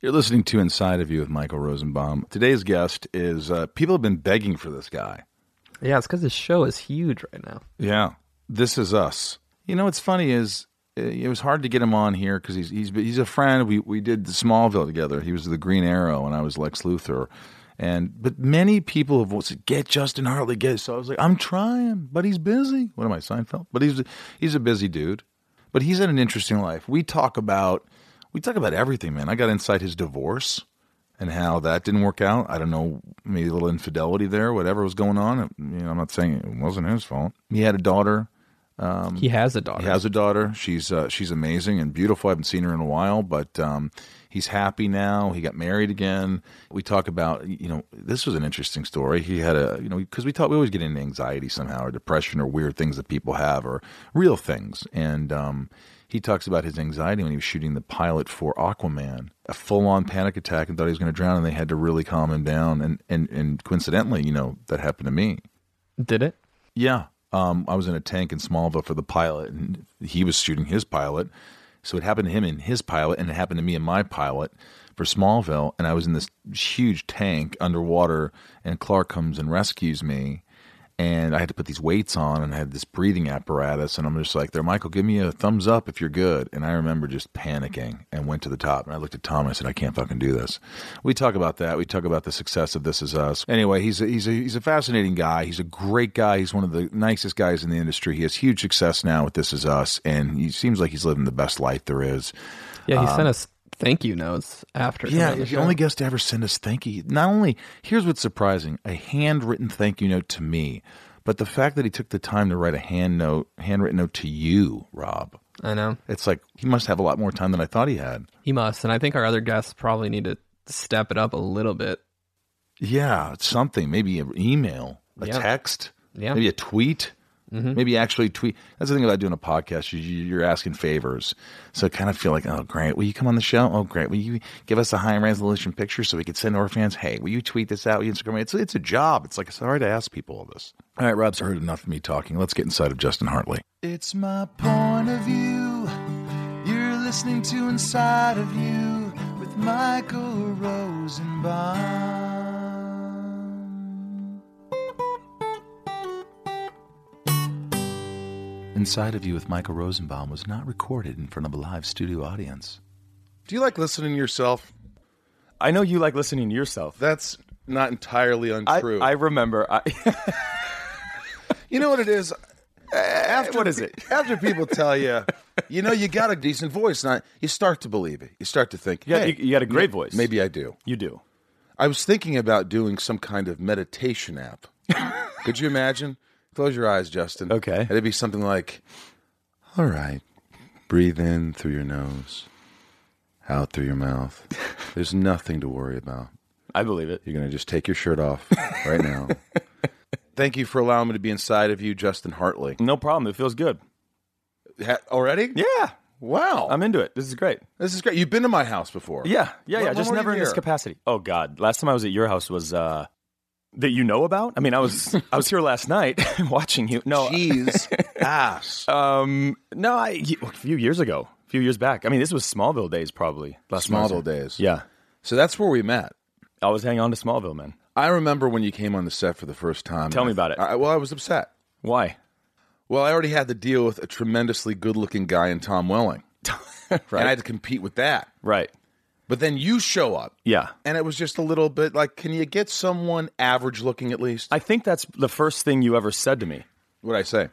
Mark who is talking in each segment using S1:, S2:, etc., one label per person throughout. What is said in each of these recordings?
S1: You're listening to Inside of You with Michael Rosenbaum. Today's guest is uh, people have been begging for this guy.
S2: Yeah, it's because the show is huge right now.
S1: Yeah, this is us. You know what's funny is uh, it was hard to get him on here because he's, he's he's a friend. We we did the Smallville together. He was the Green Arrow and I was Lex Luthor. And but many people have said, get Justin Hartley, get. So I was like, I'm trying, but he's busy. What am I Seinfeld? But he's he's a busy dude. But he's had an interesting life. We talk about we talk about everything, man. I got inside his divorce and how that didn't work out. I don't know, maybe a little infidelity there, whatever was going on. It- you know, I'm not saying it wasn't his fault. He had a daughter.
S2: he has a daughter.
S1: Um, He has a daughter. She's uh, she's amazing and beautiful. I haven't seen her in a while, but um, he's happy now. He got married again. We talk about you know this was an interesting story. He had a you know because we talk we always get into anxiety somehow or depression or weird things that people have or real things and. Um, he talks about his anxiety when he was shooting the pilot for Aquaman, a full on panic attack and thought he was going to drown, and they had to really calm him down. And, and, and coincidentally, you know, that happened to me.
S2: Did it?
S1: Yeah. Um, I was in a tank in Smallville for the pilot, and he was shooting his pilot. So it happened to him in his pilot, and it happened to me in my pilot for Smallville. And I was in this huge tank underwater, and Clark comes and rescues me. And I had to put these weights on, and I had this breathing apparatus. And I'm just like, there, Michael, give me a thumbs up if you're good. And I remember just panicking and went to the top. And I looked at Tom and I said, I can't fucking do this. We talk about that. We talk about the success of This Is Us. Anyway, he's a, he's a, he's a fascinating guy. He's a great guy. He's one of the nicest guys in the industry. He has huge success now with This Is Us, and he seems like he's living the best life there is.
S2: Yeah, he sent us thank you notes after.
S1: Uh, Yeah,
S2: coming on the
S1: he's the
S2: show.
S1: only guest to ever send us thank you. Not only here's what's surprising: a handwritten thank you note to me, but the fact that he took the time to write a hand note, handwritten note to you, Rob.
S2: I know
S1: It's like he must have a lot more time than I thought he had.
S2: he must, and I think our other guests probably need to step it up a little bit.
S1: Yeah, something maybe an email, a
S2: Yeah.
S1: text,
S2: Yeah.
S1: maybe a tweet. Maybe actually tweet. That's the thing about doing a podcast. You, you- you're asking favors, so I kind of feel like, oh great, will you come on the show? Oh great, will you give us a high resolution picture so we could send to our fans? Hey, will you tweet this out? Will you Instagram? it? It's it's a job. It's like sorry to ask people all this. All right, Rob's heard enough of me talking. Let's get inside of Justin Hartley. It's my point of view. You're listening to Inside of You with Michael Rosenbaum. Inside of You with Michael Rosenbaum was not recorded in front of a live studio audience.
S3: Do you like listening to yourself?
S4: I know you like listening to yourself.
S3: That's not entirely
S4: I,
S3: untrue.
S4: I remember. I,
S3: you know what it is? After
S4: what is it?
S3: After people tell you, you know, you got a decent voice, and I- you start to believe it. You start to think,
S4: you, got,
S3: hey,
S4: you, you got a great voice.
S3: maybe I do.
S4: you do.
S3: I was thinking about doing some kind of meditation app. Could you imagine? Close your eyes, Justin.
S4: Okay.
S3: And it'd be something like, all right, breathe in through your nose, out through your mouth. There's nothing to worry about.
S4: I believe it.
S3: You're going to just take your shirt off right now. Thank you for allowing me to be inside of you, Justin Hartley.
S4: No problem. It feels good.
S3: Ha- already?
S4: Yeah,
S3: Wow.
S4: I'm into it. This is great.
S3: this is great. You've been to my house before.
S4: Yeah, yeah,
S3: When-
S4: yeah.
S3: when
S4: Just
S3: were
S4: never
S3: you
S4: in this
S3: here?
S4: capacity. Oh God, last time I was at your house was uh, that you know about. I mean, I was I was here last night watching you. No,
S3: Jeez. ass.
S4: um, no, I a few years ago, a few years back. I mean, this was Smallville days, probably. Last time I was
S3: Smallville
S4: there.
S3: days.
S4: Yeah,
S3: So that's where we met.
S4: I was hanging on to Smallville, man.
S3: I remember when you came on the set for the first time.
S4: Tell me about it.
S3: I, well, I was upset.
S4: Why?
S3: Well, I already had to deal with a tremendously good-looking guy in Tom Welling,
S4: right,
S3: and I had to compete with that.
S4: right.
S3: But then you show up,
S4: Yeah,
S3: and it was just a little bit like, can you get someone average-looking at least?
S4: I think that's the first thing you ever said to me.
S3: what I say?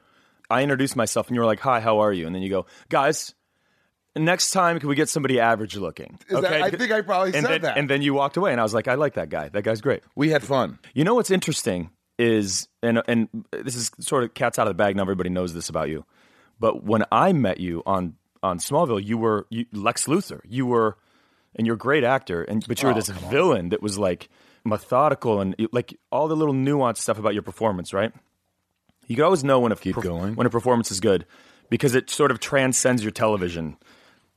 S4: I introduced myself and you were like, "Hi, how are you?" And then you go, "Guys, next time can we get somebody average looking?"
S3: Is that- I think I probably
S4: and
S3: said
S4: then,
S3: that.
S4: And then you walked away, and I was like, "I like that guy. That guy's great."
S3: We had fun.
S4: You know what's interesting is, and and this is sort of cat's out of the bag. Now everybody knows this about you, but when I met you on on Smallville, you were you, Lex Luthor. You were and you're a great actor, and but you were
S3: Oh,
S4: this villain that was like methodical and like all the little nuanced stuff about your performance, right? You can always know when a
S5: Keep going.
S4: when a performance is good because it sort of transcends your television.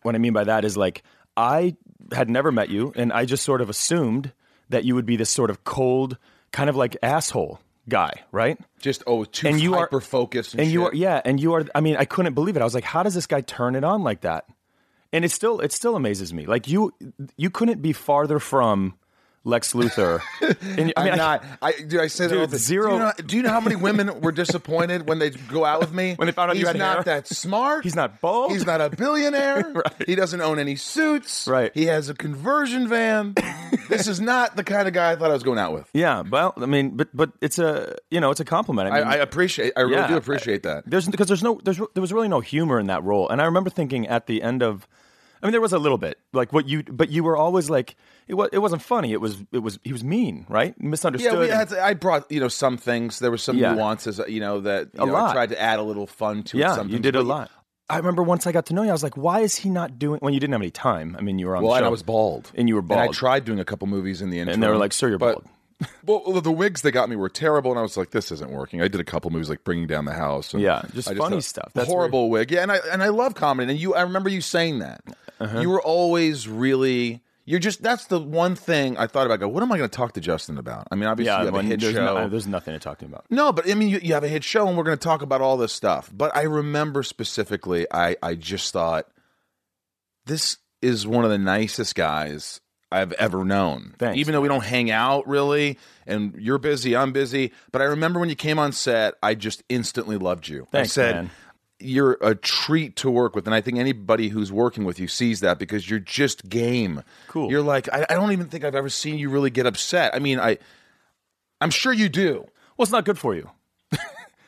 S4: What I mean by that is like I had never met you, and I just sort of assumed that you would be this sort of cold, kind of like asshole guy, right?
S1: Just oh, too
S4: And you are-
S1: hyper focused, and,
S4: and you
S1: shit.
S4: are yeah and you are i mean i couldn't believe it i was like how does this guy turn it on like that and it still it still amazes me like you you couldn't be farther from lex luthor and,
S1: I'm not. I dude, I said
S4: Dude,
S1: that all the
S4: zero-
S1: Do you, know, do you know how many women were disappointed when they go out with me?
S4: When they found out you
S1: he's
S4: had
S1: not
S4: hair.
S1: that smart.
S4: He's not bald.
S1: He's not a billionaire. He doesn't own any suits.
S4: Right.
S1: He has a conversion van. this is not the kind of guy I thought I was going out with.
S4: yeah well i mean but but it's a you know it's a compliment i
S1: I,
S4: mean
S1: I appreciate. I really
S4: Mm. Yeah.
S1: do appreciate that.
S4: There's because there's no there's there was really no humor in that role, and I remember thinking at the end of, I mean, there was a little bit like what you, but you were always like it was it wasn't funny. It was it was he was mean, right? Misunderstood.
S1: Yeah, we had I brought you know some things. There were some
S4: Yeah.
S1: nuances, you know, that you
S4: A
S1: know, I
S4: lot.
S1: tried to add a little fun to. it
S4: yeah,
S1: sometimes,
S4: you did a
S1: but-
S4: lot. I remember once I got to know you, I was like, why is he not doing? When you didn't have any time. I mean, you were on.
S1: Well,
S4: the
S1: and
S4: show.
S1: I was bald,
S4: and you were bald.
S1: And I tried doing a couple movies in the interim,
S4: and they were like, "Sir, you're
S1: but-
S4: bald."
S1: Well, the- the wigs they got me were terrible, and I was like, "This isn't working." I did a couple movies like Bringing Down the House, and
S4: Yeah, just
S1: I
S4: funny
S1: thought,
S4: stuff. That's
S1: horrible wig, yeah. And I and I love comedy, and you. I remember you saying that.
S4: Uh-huh.
S1: You were always really. You're just. That's the one thing I thought about. I go, what am I going to talk to Justin about? I mean, obviously
S4: Yeah,
S1: you have a
S4: when-
S1: hit
S4: there's,
S1: show.
S4: no- there's nothing to talk to him about.
S1: No, but I mean, you, you have a hit show, and we're going to talk about all this stuff. But I remember specifically, I, I just thought, this is one of the nicest guys I've ever known.
S4: Thanks,
S1: Even though we don't hang out really, and you're busy, I'm busy. But I remember when you came on set, I just instantly loved you. I
S4: Thanks,
S1: said,
S4: man.
S1: You're a treat to work with. And I think anybody who's working with you sees that because you're just game.
S4: Cool.
S1: You're like, I, I don't even think I've ever seen you really get upset. I mean, I. I'm sure you do
S4: Well, it's not good for you.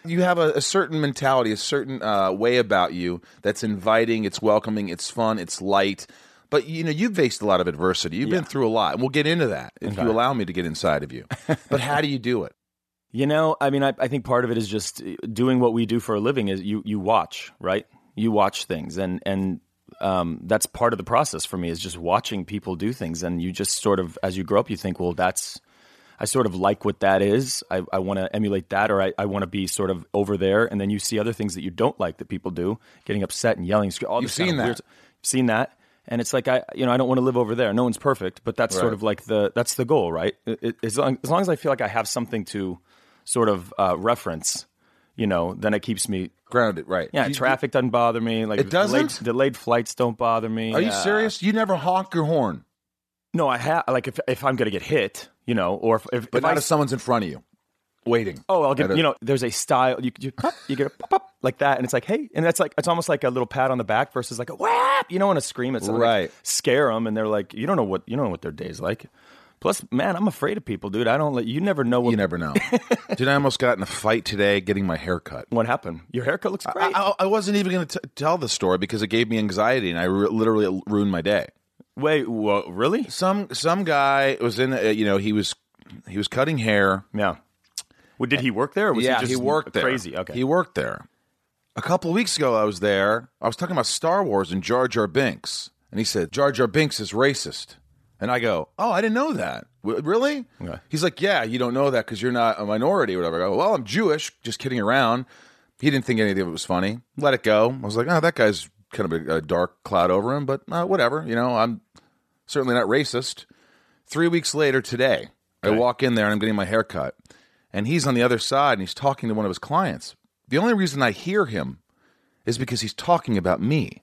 S1: you have a, a certain mentality, a certain uh, way about you that's inviting, it's welcoming, it's fun, it's light. But you know, you've faced a lot of adversity. You've been through a lot, and we'll get into that if you allow me to get inside of you. but how do you do it?
S4: You know, I mean, I, I think part of it is just uh, doing what we do for a living. Is you you watch, right? You watch things, and and um, that's part of the process for me is just watching people do things, and you just sort of as you grow up, you think, well, that's I sort of like what that is. I, I want to emulate that, or I, I want to be sort of over there. And then you see other things that you don't like that people do, getting upset and yelling. sc- All
S1: You've
S4: this kind
S1: seen
S4: of
S1: that.
S4: weird- seen that, and it's like I, you know, I don't want to live over there. No one's perfect, but that's sort of like the that's the goal, right? It- it- as long as long as I feel like I have something to sort of uh, reference, you know, then it keeps me.
S1: Ground it, right?
S4: Yeah,
S1: You-
S4: traffic doesn't bother me. Like
S1: It doesn't?
S4: Delayed, delayed flights don't bother me.
S1: you- Are you
S4: Yeah.
S1: serious? You never honk your horn,
S4: No, I have like if if I'm gonna get hit, you know, or if if,
S1: but
S4: if
S1: not
S4: I
S1: if someone's in front of you, waiting.
S4: Oh, I'll
S1: At
S4: give
S1: a-
S4: you know. There's a style you you, pop, you get a pop, pop, like that, and it's like hey, and that's like it's almost like a little pat on the back versus like a whap, you know, and a scream. It's like,
S1: Right.
S4: scare them, and they're like, you don't know what you don't know what their day's like. Plus, man, I'm afraid of people, dude. I don't let you never know what
S1: You never know. Dude, I almost got in a fight today getting my hair cut.
S4: what happened. Your haircut looks great.
S1: I, I wasn't even going to tell the story because it gave me anxiety, and I re- literally ruined my day.
S4: Wait, wha- really?
S1: some some guy was in uh, you know he was he was cutting hair
S4: Yeah. Well, did he work there? Or was he, just Crazy. Okay.
S1: he worked there a couple of weeks ago i was there i was talking about star wars and jar jar binks and he said jar jar binks is racist and i go oh i didn't know that "W- really
S4: Yeah.
S1: he's like yeah you don't know that because you're not a minority or whatever i go well i'm jewish just kidding around he didn't think anything of it was funny let it go i was like oh that guy's kind of a, a dark cloud over him but uh, whatever you know i'm certainly not racist Three weeks later today, I walk in there and I'm getting my hair cut. And he's on the other side and he's talking to one of his clients. The only reason I hear him is because he's talking about me.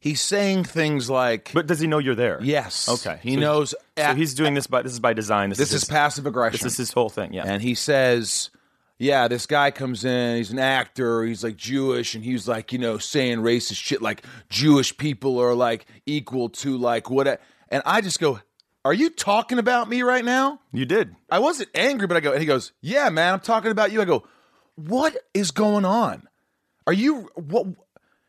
S1: He's saying things like,
S4: but does he know you're there?
S1: Yes.
S4: Okay.
S1: He
S4: So-
S1: knows.
S4: So he's doing this by this is by design. This,
S1: this
S4: is,
S1: is
S4: his-
S1: passive aggression.
S4: this is his whole thing. Yeah.
S1: And he says, Yeah, this guy comes in, he's an actor, he's like Jewish, and he's like, you know, saying racist shit like Jewish people are like equal to like what. a-" And I just go, Are you talking about me right now?
S4: you did.
S1: I wasn't angry, but I go, and he goes, Yeah, man, I'm talking about you. I go, What is going on? Are you, what?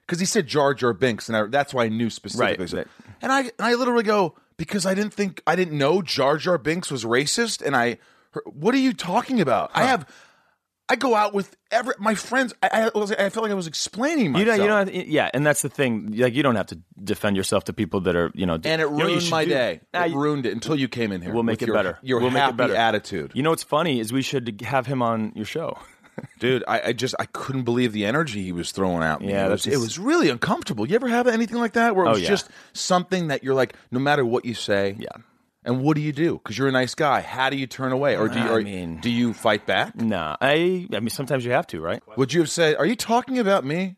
S1: Because he said Jar Jar Binks, and I, that's why I knew specifically.
S4: Right, right.
S1: And I, and I literally go, Because I didn't think, I didn't know Jar Jar Binks was racist, and I, what are you talking about? I have, I go out with every my friends. I I, was, I felt like I was explaining
S4: You
S1: myself.
S4: don't, you don't have, yeah, and that's the thing. Like, you don't have to defend yourself to people that are, you know.
S1: and it
S4: you know
S1: ruined
S4: what you should
S1: my
S4: do?
S1: day.
S4: Nah,
S1: it
S4: you-
S1: ruined it until you came in here.
S4: We'll make
S1: with
S4: it
S1: your-
S4: better.
S1: Your
S4: we'll
S1: happy
S4: make it better.
S1: attitude,
S4: You know what's funny is we should have him on your show.
S1: dude. I, I just I couldn't believe the energy he was throwing at me.
S4: Yeah,
S1: it was,
S4: that's-
S1: it was really uncomfortable. You ever have anything like that where it
S4: Oh,
S1: was
S4: yeah.
S1: just something that you're like, no matter what you say, yeah. And what do you do? Because you're a nice guy. How do you turn away, or do you,
S4: I
S1: or
S4: mean-
S1: do you fight back?
S4: Nah, I. I mean, sometimes you have to, right?
S1: Would you have said, "Are you talking about me"? Would you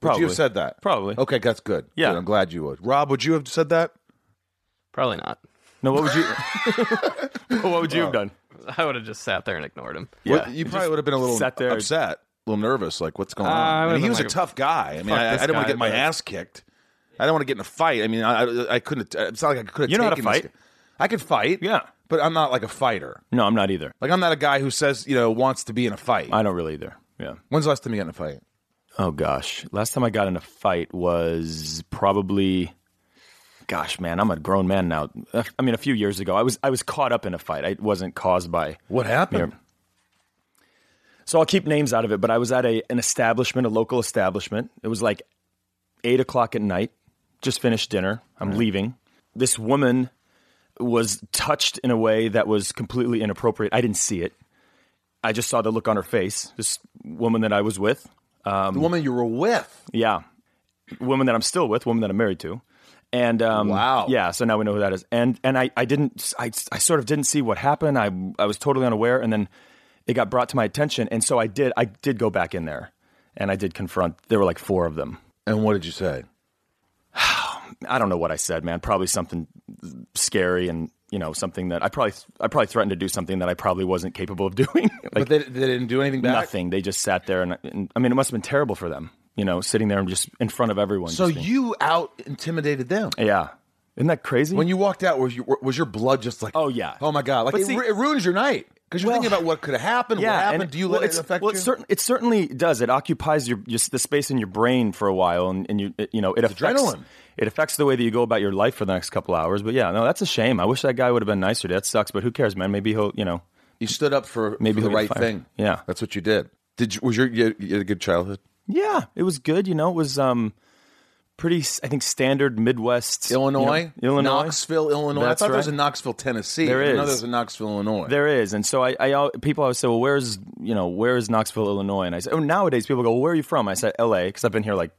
S4: Probably.
S1: have said that?
S4: Probably.
S1: Okay, that's good.
S4: Yeah.
S1: Good, I'm glad you would. Rob, would you have said that?
S2: Probably not.
S4: No, what would you? what would you have done?
S2: I would have just sat there and ignored him.
S1: Well, you probably would have been a little
S4: sat there.
S1: upset, a little nervous, like what's going
S2: Uh, I
S1: on.
S2: would
S1: I
S2: have
S1: mean, he
S2: been
S1: was
S2: like
S1: a
S2: a,
S1: tough guy. I mean, I, I
S2: this
S1: didn't want
S2: guy,
S1: to get my
S2: but-
S1: ass kicked. I don't want to get in a fight. I mean, I, I, I couldn't. It's not like I could have.
S4: You know how to
S1: taken this
S4: fight?
S1: guy. I could fight.
S4: Yeah.
S1: but I'm not like a fighter.
S4: No, I'm not either.
S1: Like I'm not a guy who says you know wants to be in a fight.
S4: I don't really either. Yeah.
S1: When's the last time you got in a fight?
S4: Oh gosh, last time I got in a fight was probably, gosh, man, I'm a grown man now. Uh, I mean, a few years ago, I was I was caught up in a fight. It wasn't caused by.
S1: What happened?
S4: So I'll keep names out of it, but I was at a an establishment, a local establishment. It was like eight o'clock at night. Just finished dinner. I'm leaving. This woman was touched in a way that was completely inappropriate. I didn't see it. I just saw the look on her face. This woman that I was with.
S1: the woman you were with.
S4: Yeah. Woman that I'm still with, woman that I'm married to. And um,
S1: Wow.
S4: Yeah, so now we know who that is. And and I, I didn't I, I sort of didn't see what happened. I I was totally unaware and then it got brought to my attention and so I did I did go back in there and I did confront there were like four of them.
S1: And what did you say?
S4: I don't know what I said, man. Probably something scary and you know something that I probably I probably threatened to do something that I probably wasn't capable of doing. like
S1: but they, they didn't do anything back.
S4: nothing. They just sat there and, and I mean it must have been terrible for them, you know, sitting there and just in front of everyone.
S1: So
S4: just being-
S1: you out intimidated them.
S4: Yeah. Isn't that crazy?
S1: When you walked out, was your was your blood just like?
S4: Oh, yeah.
S1: Oh my god! Like
S4: But
S1: it,
S4: see-
S1: ru- it ruins your night because you're
S4: Well,
S1: thinking about what could have happened.
S4: yeah,
S1: what happened?
S4: and
S1: Do you
S4: well,
S1: let it
S4: it's-
S1: affect
S4: well,
S1: you?
S4: It, certain, it certainly does. It occupies your, your the space in your brain for a while, and, and you it, you know it affects
S1: adrenaline.
S4: it affects the way that you go about your life for the next couple hours. But yeah, no, that's a shame. I wish that guy would have been nicer. That sucks. But who cares, man? Maybe he'll you know.
S1: you stood up for
S4: Maybe
S1: for the
S4: he'll
S1: right
S4: get fired.
S1: thing.
S4: Yeah.
S1: that's what you did. Did you, was your you, you had a good childhood?
S4: Yeah, it was good. You know, it was um pretty. I think standard Midwest
S1: Illinois,
S4: you know, Illinois,
S1: Knoxville, Illinois.
S4: That's
S1: I thought there was
S4: right.
S1: a Knoxville, Tennessee.
S4: There
S1: I didn't know
S4: is.
S1: there was a Knoxville, Illinois.
S4: There is, and so I, I al- people always say, "Well, where's you know where's Knoxville, Illinois?" And I say, "Oh, nowadays people go, well, where are you from?" I said, "L.A." because I've been here like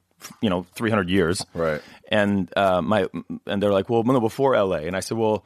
S4: you know 300 years,
S1: Right.
S4: And uh, my and they're like, "Well, no, before L.A." And I said, "Well,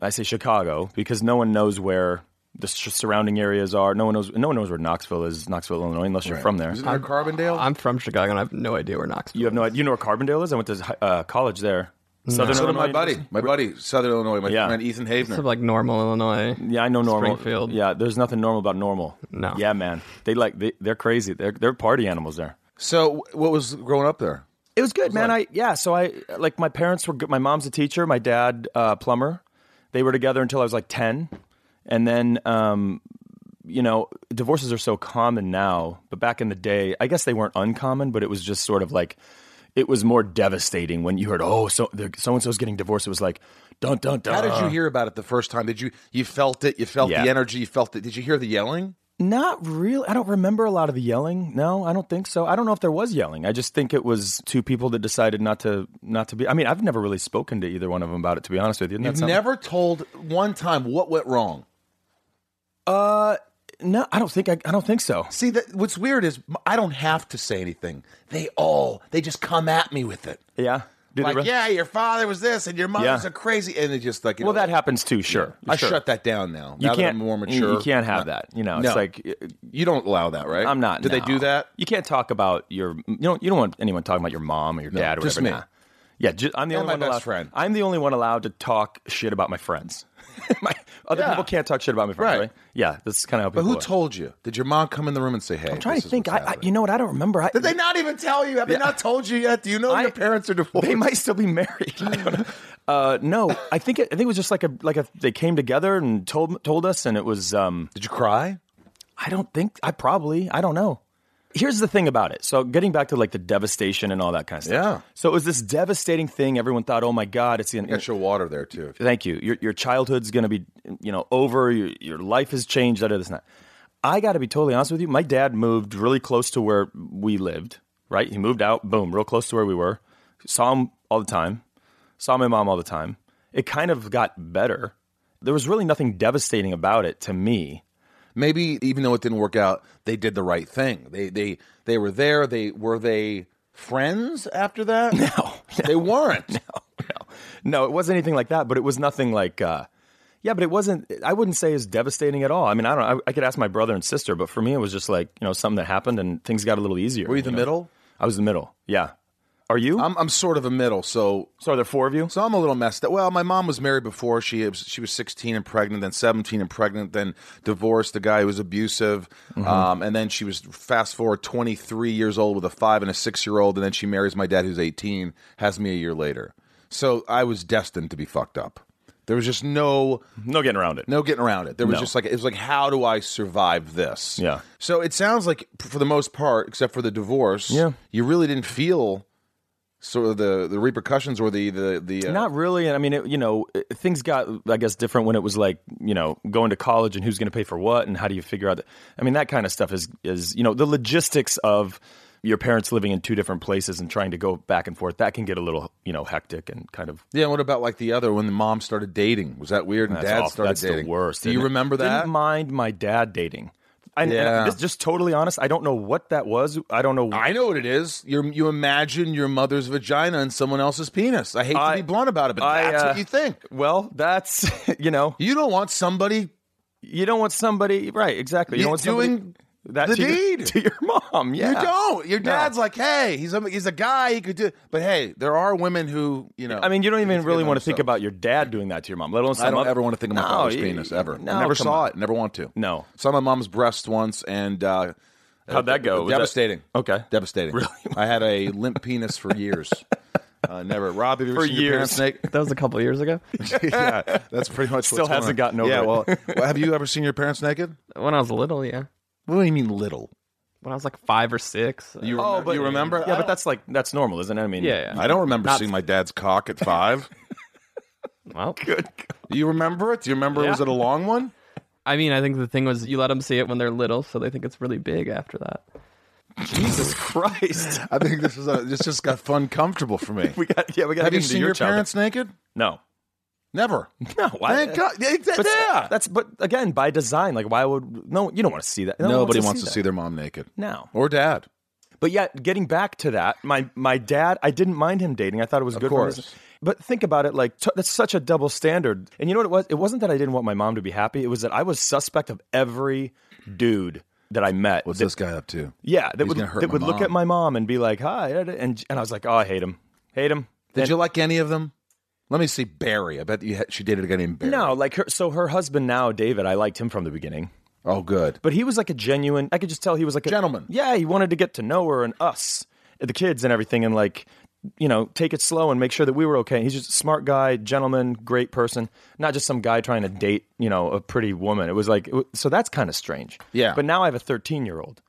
S4: I say Chicago because no one knows where the s- surrounding areas are. No one knows no one knows where Knoxville is, Knoxville, Illinois, unless you're from there.
S1: Isn't there Carbondale?
S2: I'm from Chicago and I have no idea where Knoxville.
S4: You have no idea. You know where Carbondale is? I went to hi- uh, college there. Southern
S1: so did my
S4: Illinois
S1: buddy, my buddy, Southern Illinois, my
S4: Yeah.
S1: friend Ethan
S2: Sort of
S1: Havner.
S2: like normal Illinois.
S4: Yeah, I know normal.
S2: Springfield.
S4: Yeah, there's nothing normal about normal.
S2: No.
S4: Yeah, man. They like they, they're crazy. They're they're party animals there.
S1: So, what was growing up there?
S4: It was good, man. I yeah. So I like my parents were good. My mom's a teacher. My dad uh, plumber. They were together until I was like ten, and then um, you know divorces are so common now. But back in the day, I guess they weren't uncommon, but it was just sort of like it was more devastating when you heard oh so so and so's getting divorced. It was like dun dun dun.
S1: How did you hear about it the first time? Did you you felt it? You felt
S4: Uh. Yeah.
S1: the energy. You felt it. Did you hear the yelling?
S4: Not really. I don't remember a lot of the yelling. No, I don't think so. I don't know if there was yelling. I just think it was two people that decided not to not to be. I mean, I've never really spoken to either one of them about it. To be honest with you, Isn't that
S1: You've
S4: something?
S1: never told one time what went wrong.
S4: No, I don't think. I, I don't think so.
S1: See, that, what's weird is m- I don't have to say anything. They all they just come at me with it.
S4: Yeah. Do they
S1: Like,
S4: re-
S1: yeah, your father was this, and your mother's
S4: Yeah.
S1: a crazy, and they just like, you
S4: Well,
S1: know,
S4: that happens too. Sure.
S1: I
S4: Sure.
S1: shut that down now.
S4: You
S1: now that
S4: can't.
S1: I'm more
S4: you-
S1: mature.
S4: You can't have
S1: No.
S4: that. You know,
S1: No.
S4: it's like
S1: you don't allow that, right?
S4: I'm not.
S1: Do they
S4: no.
S1: do that?
S4: You can't talk about your. You don't. You don't want anyone talking about your mom or your dad or
S1: just
S4: whatever.
S1: me.
S4: Nah. Yeah, ju- I'm the
S1: And
S4: only
S1: my
S4: one
S1: best
S4: allowed.
S1: friend.
S4: I'm the only one allowed to talk shit about my friends. my, other
S1: Yeah.
S4: people can't talk shit about my friends,
S1: Right.
S4: right? Yeah, that's kind of how
S1: But
S4: people.
S1: who
S4: are.
S1: told you? Did your mom come in the room and say, "Hey"?
S4: I'm trying to think. I, I, you know what? I don't remember. I,
S1: did they not even tell you? Have they not told you yet? Do you know
S4: I-
S1: your parents are divorced?
S4: They might still be married. I don't know. Uh, no, I think it, I think it was just like a like a they came together and told told us, and it was um,
S1: Did you cry?
S4: I don't think I probably I don't know. Here's the thing about it. So getting back to like the devastation and all that kind of stuff.
S1: Yeah.
S4: So it was this devastating thing. Everyone thought, oh my god, it's
S1: I got
S4: the
S1: your water there too.
S4: Thank you. Your your childhood's gonna be you know over. Your your life has changed. Out of this, and that. I got to be totally honest with you. My dad moved really close to where we lived, right? He moved out, boom, real close to where we were. Saw him all the time, saw my mom all the time. It kind of got better. There was really nothing devastating about it to me.
S1: Maybe even though it didn't work out, they did the right thing. They they they were there. They were they friends after that? No, they weren't.
S4: No, it wasn't anything like that, but it was nothing like, uh, yeah, but it wasn't, I wouldn't say as devastating at all. I mean, I don't, I, I could ask my brother and sister, but for me, it was just like, you know, something that happened and things got a little easier.
S1: Were you the
S4: know?
S1: middle? Um,
S4: I was the middle. Yeah. Are you?
S1: I'm I'm sort of a middle, so
S4: so are there four of you?
S1: So I'm a little messed up. Well, my mom was married before. She was, she was 16 and pregnant, then 17 and pregnant, then divorced the guy who was abusive. Um, and then she was fast forward 23 years old with a five and a six year old. And then she marries my dad, who's 18, has me a year later. So I was destined to be fucked up. There was just no
S4: No getting around it.
S1: no getting around it. There was
S4: No.
S1: just like it was like how do I survive this?
S4: Yeah.
S1: So it sounds like for the most part, except for the divorce,
S4: Yeah.
S1: you really didn't feel sort of the the repercussions or the the the uh,
S4: Not really. And I mean, it, you know, it, things got, I guess, different when it was like, you know, going to college and who's going to pay for what and how do you figure out that. I mean, that kind of stuff is, is, you know, the logistics of your parents living in two different places and trying to go back and forth. That can get a little, you know, hectic and kind of
S1: Yeah, what about like the other when the mom started dating? Was that weird? And
S4: That's
S1: dad
S4: awful.
S1: started
S4: That's
S1: dating.
S4: The worst.
S1: Do you
S4: isn't it?
S1: remember that?
S4: Didn't mind my dad dating. I, and
S1: Yeah.
S4: this, just totally honest. I don't know what that was. I don't know.
S1: I know what it is. You you imagine your mother's vagina and someone else's penis. I hate
S4: I-
S1: to be blunt about it, but
S4: I,
S1: that's
S4: uh,
S1: what you think.
S4: well, that's you know,
S1: You don't want somebody.
S4: you don't want somebody right. Exactly. You
S1: You
S4: don't want somebody-
S1: doing
S4: that
S1: the
S4: to your-
S1: deed.
S4: to your mom. Yeah.
S1: You don't. Your
S4: No.
S1: dad's like, hey, he's a, he's a guy. He could do. But hey, there are women who you know.
S4: I mean, you don't even
S1: get
S4: really
S1: them
S4: want to think
S1: themselves.
S4: about your dad doing that to your mom, let alone some
S1: I don't
S4: other-
S1: ever want to think of my
S4: No,
S1: father's
S4: you-
S1: penis ever.
S4: No,
S1: never
S4: come
S1: saw
S4: on.
S1: it. Never want to.
S4: No.
S1: Saw my mom's breast once, and uh,
S4: How'd that go? Was that-
S1: Devastating.
S4: Okay.
S1: Devastating. Really? I had a limp penis for years. Uh, never. Rob, have you ever
S4: For
S1: seen your parents
S4: years.
S1: naked?
S2: That was a couple years ago
S1: yeah, that's pretty much.
S4: Still
S1: what's going
S4: hasn't
S1: on.
S4: gotten over
S1: Yeah,
S4: it.
S1: well, well, have you ever seen your parents naked?
S2: when I was little. Yeah,
S1: What do you mean little?
S2: when I was like five or six.
S1: You
S2: Uh,
S1: remember? you remember?
S4: Yeah,
S1: I
S4: Oh, but
S1: don't-
S4: that's like that's normal, isn't it? I mean,
S2: yeah, yeah.
S1: I don't remember seeing my dad's cock at five.
S2: Well,
S1: you remember it? Do you remember? Was it a long one?
S2: I mean, I think the thing was you let them see it when they're little, so they think it's really big after that.
S4: Jesus Christ.
S1: I think this was a, this just got fun, comfortable for me.
S4: We got yeah, we got
S1: have you
S4: to get into
S1: seen your,
S4: childhood.
S1: parents naked?
S4: No.
S1: Never.
S4: No, I-
S1: Thank God. Yeah, exa-
S4: But
S1: yeah.
S4: that's but again by design. Like why would no? You don't want to see that. No one
S1: Nobody wants to see
S4: that.
S1: their mom naked
S4: now.
S1: or dad.
S4: But yet, getting back to that, my my dad, I didn't mind him dating. I thought it was good. for his-
S1: course.
S4: But think about it, like t- that's such a double standard. And you know what it was? It wasn't that I didn't want my mom to be happy. It was that I was suspect of every dude that I met.
S1: What's
S4: that,
S1: this guy up to?
S4: Yeah, that
S1: He's
S4: would
S1: gonna hurt
S4: that
S1: my
S4: would look
S1: mom.
S4: at my mom and be like, "Hi," and and I was like, "Oh, I hate him, hate him."
S1: Did you like any of them? Let me see Barry. I bet you had, she dated a guy named Barry.
S4: No, like her. So her husband now, David, I liked him from the beginning.
S1: Oh, good.
S4: But he was like a genuine. I could just tell he was like a
S1: Gentleman.
S4: Yeah, he wanted to get to know her and us, the kids and everything, and like, you know, take it slow and make sure that we were okay. He's just a smart guy, gentleman, great person, not just some guy trying to date, you know, a pretty woman. It was like, it wa- so that's kind of strange.
S1: Yeah.
S4: But now I have a 13 year old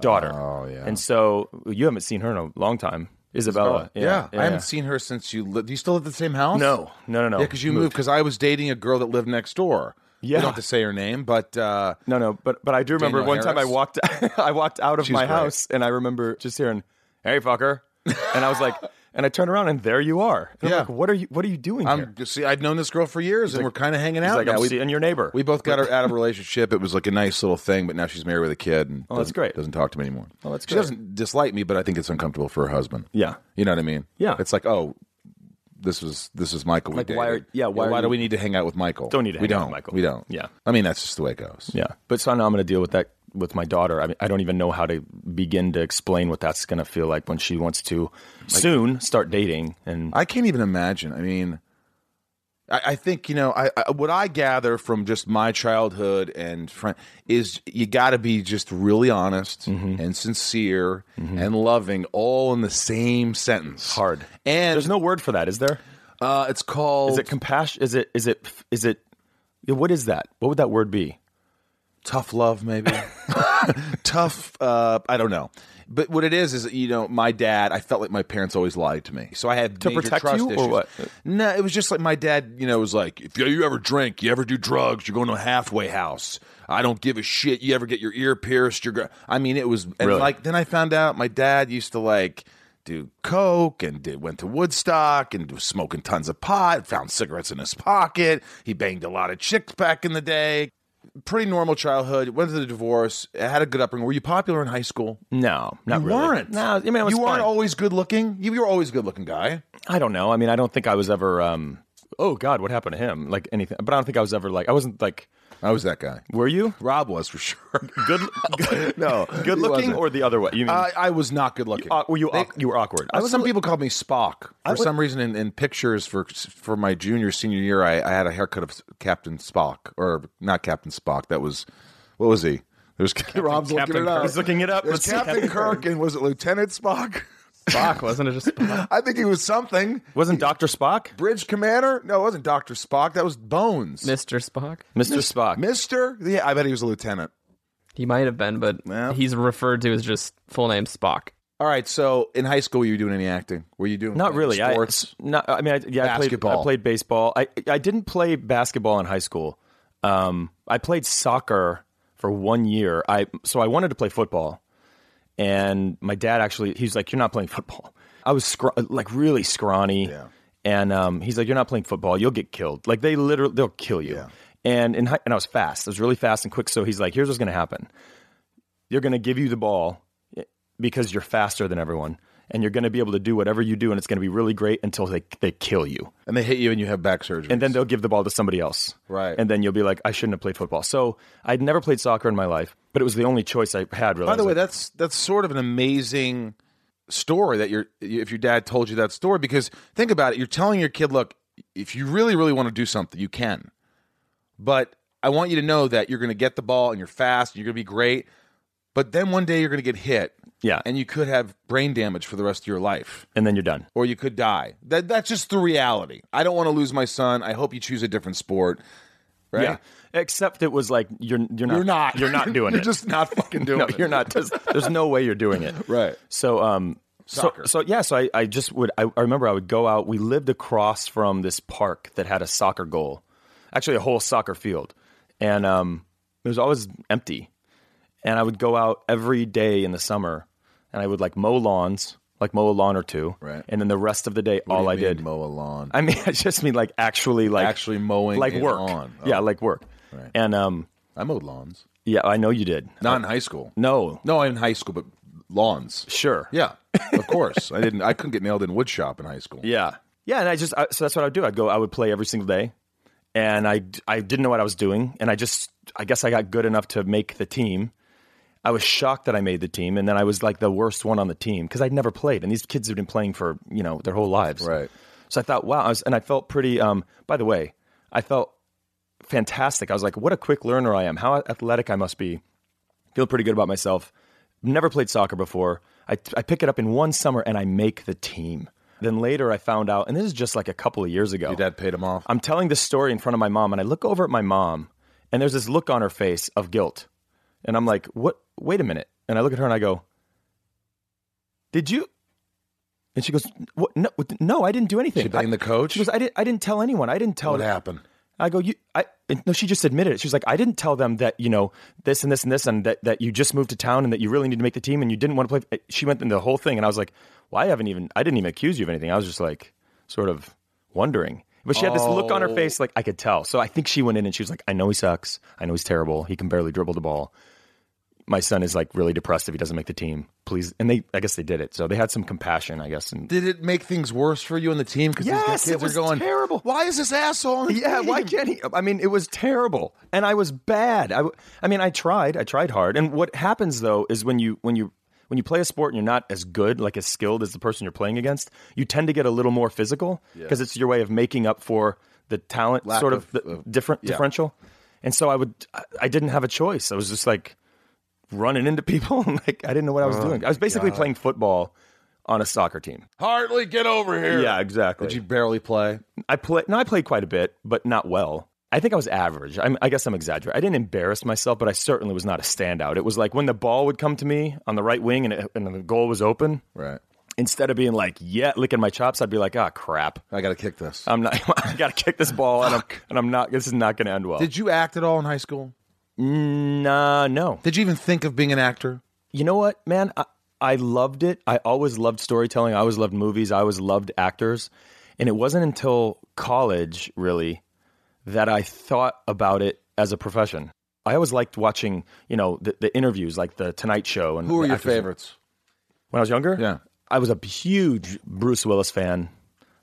S4: daughter. Oh
S1: yeah.
S4: And so you haven't seen her in a long time, Isabella.
S1: Uh, yeah, I haven't seen her since you. Li- do you still live at the same house?
S4: No, no, no, no.
S1: Yeah, because you moved. Because I was dating a girl that lived next door.
S4: Yeah.
S1: we don't have to say her name, but uh,
S4: No, no, but but I do remember
S1: Daniel
S4: one time I
S1: Harris?
S4: walked I walked out of
S1: She's
S4: my
S1: great.
S4: house and I remember just hearing, "Hey, fucker," and I was like, and I turned around and there you are. And
S1: Yeah.
S4: I'm like, what are you What are you doing here?
S1: I'm see. I've known this girl for years, and we're kind of hanging
S4: He's
S1: out
S4: like,
S1: now.
S4: I'm
S1: we,
S4: seeing your neighbor.
S1: we both got her out of a relationship. It was like a nice little thing, but now she's married with a kid, and
S4: Oh, that's
S1: doesn't-
S4: great.
S1: Doesn't talk to me anymore.
S4: Oh, that's
S1: she
S4: great.
S1: doesn't dislike me, but I think it's uncomfortable for her husband.
S4: Yeah.
S1: you know what I mean.
S4: Yeah.
S1: it's like oh. This was this is Michael. we
S4: Like, why are-
S1: dated.
S4: yeah, why are you-
S1: do we need to hang out with Michael?
S4: Don't need to
S1: we
S4: hang out
S1: don't.
S4: with Michael.
S1: We don't.
S4: Yeah.
S1: I mean that's just the way it goes.
S4: yeah, but so now I'm going to deal with that with my daughter. I mean, I don't even know how to begin to explain what that's going to feel like when she wants to soon start dating. And
S1: I can't even imagine. I mean, I, I think you know, I, I what I gather from just my childhood and friend is you got to be just really honest
S2: Mm-hmm.
S1: and sincere and loving, all in the same sentence.
S4: Hard.
S1: and
S4: there's no word for that, is there?
S1: Uh, it's called
S4: Is it compassion? Is it is it is it? What is that? What would that word be?
S1: tough love maybe tough uh i don't know but what it is is you know my dad i felt like my parents always lied to me so i had
S2: To
S1: major
S2: protect
S1: trust
S2: you or
S1: issues.
S2: what?
S1: no it was just like my dad you know was like if you ever drink you ever do drugs you're going to a halfway house i don't give a shit you ever get your ear pierced you're go-. i mean it was and
S4: Really?
S1: like then i found out my dad used to like do coke and did went to woodstock and was smoking tons of pot found cigarettes in his pocket he banged a lot of chicks back in the day pretty normal childhood. Went to the divorce. Had a good upbringing. Were you popular in high school?
S4: No, not
S1: you
S4: really.
S1: weren't.
S4: No, I mean, I was
S1: you
S4: fine.
S1: weren't always good looking. You, you were always a good looking guy.
S4: I don't know. I mean, I don't think I was ever. um Oh God, what happened to him? Like anything, but I don't think I was ever like I wasn't like.
S1: I was that guy.
S4: Were you
S1: Rob was for sure.
S4: good?
S1: No,
S4: good
S1: he
S4: looking
S1: wasn't.
S4: or the other way? You mean
S1: I, I was not good looking.
S4: uh, were you? awk- you were awkward. Uh, I was
S1: some people called me Spock for some reason. In, in pictures for for my junior senior year, I, I had a haircut of Captain Spock or not Captain Spock. That was what was he? There's Rob's looking
S4: Captain
S1: it up.
S4: Kirk. He's looking it up.
S1: There's
S4: Let's see.
S1: Captain Kirk and was it Lieutenant Spock?
S2: Spock, wasn't it? Just Spock.
S1: I think he was something.
S4: wasn't Doctor Spock?
S1: Bridge Commander? No, it wasn't Doctor Spock. That was Bones.
S2: Mr. Spock.
S4: Mr. Spock.
S1: Mister? Yeah, I bet he was a lieutenant.
S2: He might have been, but
S1: Well.
S2: he's referred to as just full name Spock.
S1: All right. So in high school, were you doing any acting? Were you doing
S4: Not really.
S1: sports?
S4: I, not, I mean, I, yeah, I played, I
S1: Basketball.
S4: played baseball. I, I didn't play basketball in high school. Um, I played soccer for one year. I so I wanted to play football, and my dad actually he's like, "You're not playing football." I was scr- like really scrawny,
S1: Yeah.
S4: and um, he's like, "You're not playing football. You'll get killed. Like they literally they'll kill you."
S1: Yeah.
S4: And in, hi- and I was fast. I was really fast and quick. So he's like, "Here's what's going to happen." they're going to give you the ball eh, because you're faster than everyone and you're going to be able to do whatever you do and it's going to be really great until they, they kill you
S1: and they hit you, and you have back surgery.
S4: and then they'll give the ball to somebody else
S1: Right.
S4: and then you'll be like i shouldn't have played football so i'd never played soccer in my life but it was the only choice i had really
S1: by the
S4: I was
S1: way,
S4: like,
S1: that's that's sort of an amazing story that your if your dad told you that story because think about it, you're telling your kid, look, if you really really want to do something, you can, but I want you to know that you're going to get the ball and you're fast, and you're going to be great, but then one day you're going to get hit,
S4: Yeah.
S1: and you could have brain damage for the rest of your life.
S4: and then you're done
S1: or you could die. That that's just the reality. I don't want to lose my son. I hope you choose a different sport. Right?
S4: yeah except it was like you're you're not
S1: You're not.
S4: you're not doing
S1: you're
S4: it
S1: just not fucking doing
S4: no
S1: it.
S4: you're not there's, there's no way you're doing it
S1: Right.
S4: So um so-
S1: Soccer.
S4: So, yeah, so I, I just would I, I remember I would go out. We lived across from this park that had a soccer goal, actually a whole soccer field, and um, it was always empty. And I would go out every day in the summer, and I would like mow lawns, like mow a lawn or two,
S1: Right.
S4: And then the rest of the day,
S1: What do
S4: all
S1: you
S4: I
S1: mean,
S4: did,
S1: mow a lawn.
S4: I mean, I just mean like actually like
S1: Actually mowing
S4: like
S1: a
S4: work,
S1: lawn. Oh.
S4: yeah, like work.
S1: Right.
S4: And um,
S1: I mowed lawns.
S4: yeah, I know you did.
S1: Not in high school.
S4: No,
S1: No, in high school, but lawns.
S4: sure,
S1: Yeah, of course. I didn't. I couldn't get nailed in wood shop in high school.
S4: Yeah. Yeah, and I just I, so that's what I would do. I'd go. I would play every single day, and I I didn't know what I was doing, and I just I guess I got good enough to make the team. I was shocked that I made the team, and then I was like the worst one on the team because I'd never played, and these kids have been playing for you know their whole lives,
S1: Right.
S4: So I thought, wow, I was, and I felt pretty. Um, by the way, I felt fantastic. I was like, what a quick learner I am. How athletic I must be. Feel pretty good about myself. Never played soccer before. I, I pick it up in one summer and I make the team. Then later I found out, and this is just like a couple of years ago.
S1: Your dad paid him off.
S4: I'm telling this story in front of my mom, and I look over at my mom, and there's this look on her face of guilt. And I'm like, what? Wait a minute. And I look at her and I go, Did you? And she goes, what? No, what- no, I didn't do anything.
S1: She banged
S4: I-
S1: the coach?
S4: She goes, I, did, I didn't tell anyone. I didn't tell
S1: what happened?
S4: I go, you, I, and- no, she just admitted it. She was like, I didn't tell them that, you know, this and this and this, and that, that you just moved to town and that you really need to make the team and you didn't want to play. She went into the whole thing. And I was like, well, I haven't even, I didn't even accuse you of anything. I was just like, sort of wondering. But she had this look on her face, like I could tell. So I think she went in and she was like, I know he sucks. I know he's terrible. He can barely dribble the ball. My son is like really depressed if he doesn't make the team. Please. And they, I guess they did it. So they had some compassion, I guess. And
S1: Did it make things worse for you and the team? Because
S4: Yes,
S1: these
S4: it
S1: kids
S4: was
S1: are going
S4: terrible.
S1: Why is this asshole? On the
S4: Yeah,
S1: team?
S4: why can't he? I mean, it was terrible, and I was bad. I, w- I mean, I tried. I tried hard. And what happens though is when you when you when you play a sport and you're not as good, like as skilled as the person you're playing against, you tend to get a little more physical because it's your way of making up for the talent
S1: Lack
S4: sort of,
S1: of-
S4: the
S1: of-
S4: different
S1: yeah.
S4: differential. And so I would, I- I didn't have a choice. I was just like running into people. like I didn't know what I
S1: Oh
S4: was doing. I was basically playing football on a soccer team.
S1: Hartley, get over here.
S4: Yeah, exactly.
S1: Did you barely play?
S4: I play. No, I played quite a bit, but not well. I think I was average. I'm, I guess I'm exaggerating. I didn't embarrass myself, but I certainly was not a standout. It was like when the ball would come to me on the right wing and, it, and the goal was open.
S1: Right.
S4: Instead of being like, yeah, licking my chops, I'd be like, ah, crap.
S1: I got to kick this.
S4: I'm not. I got to kick this ball, and I'm, and I'm not. This is not going to end well.
S1: Did you act at all in high school?
S4: nah, no.
S1: Did you even think of being an actor?
S4: You know what, man? I, I loved it. I always loved storytelling. I always loved movies. I always loved actors. And it wasn't until college, really, that I thought about it as a profession. I always liked watching, you know, the, the interviews, like the Tonight Show. And
S1: Who were
S4: the
S1: your
S4: actors-
S1: favorites?
S4: When I was younger,
S1: Yeah.
S4: I was a huge Bruce Willis fan.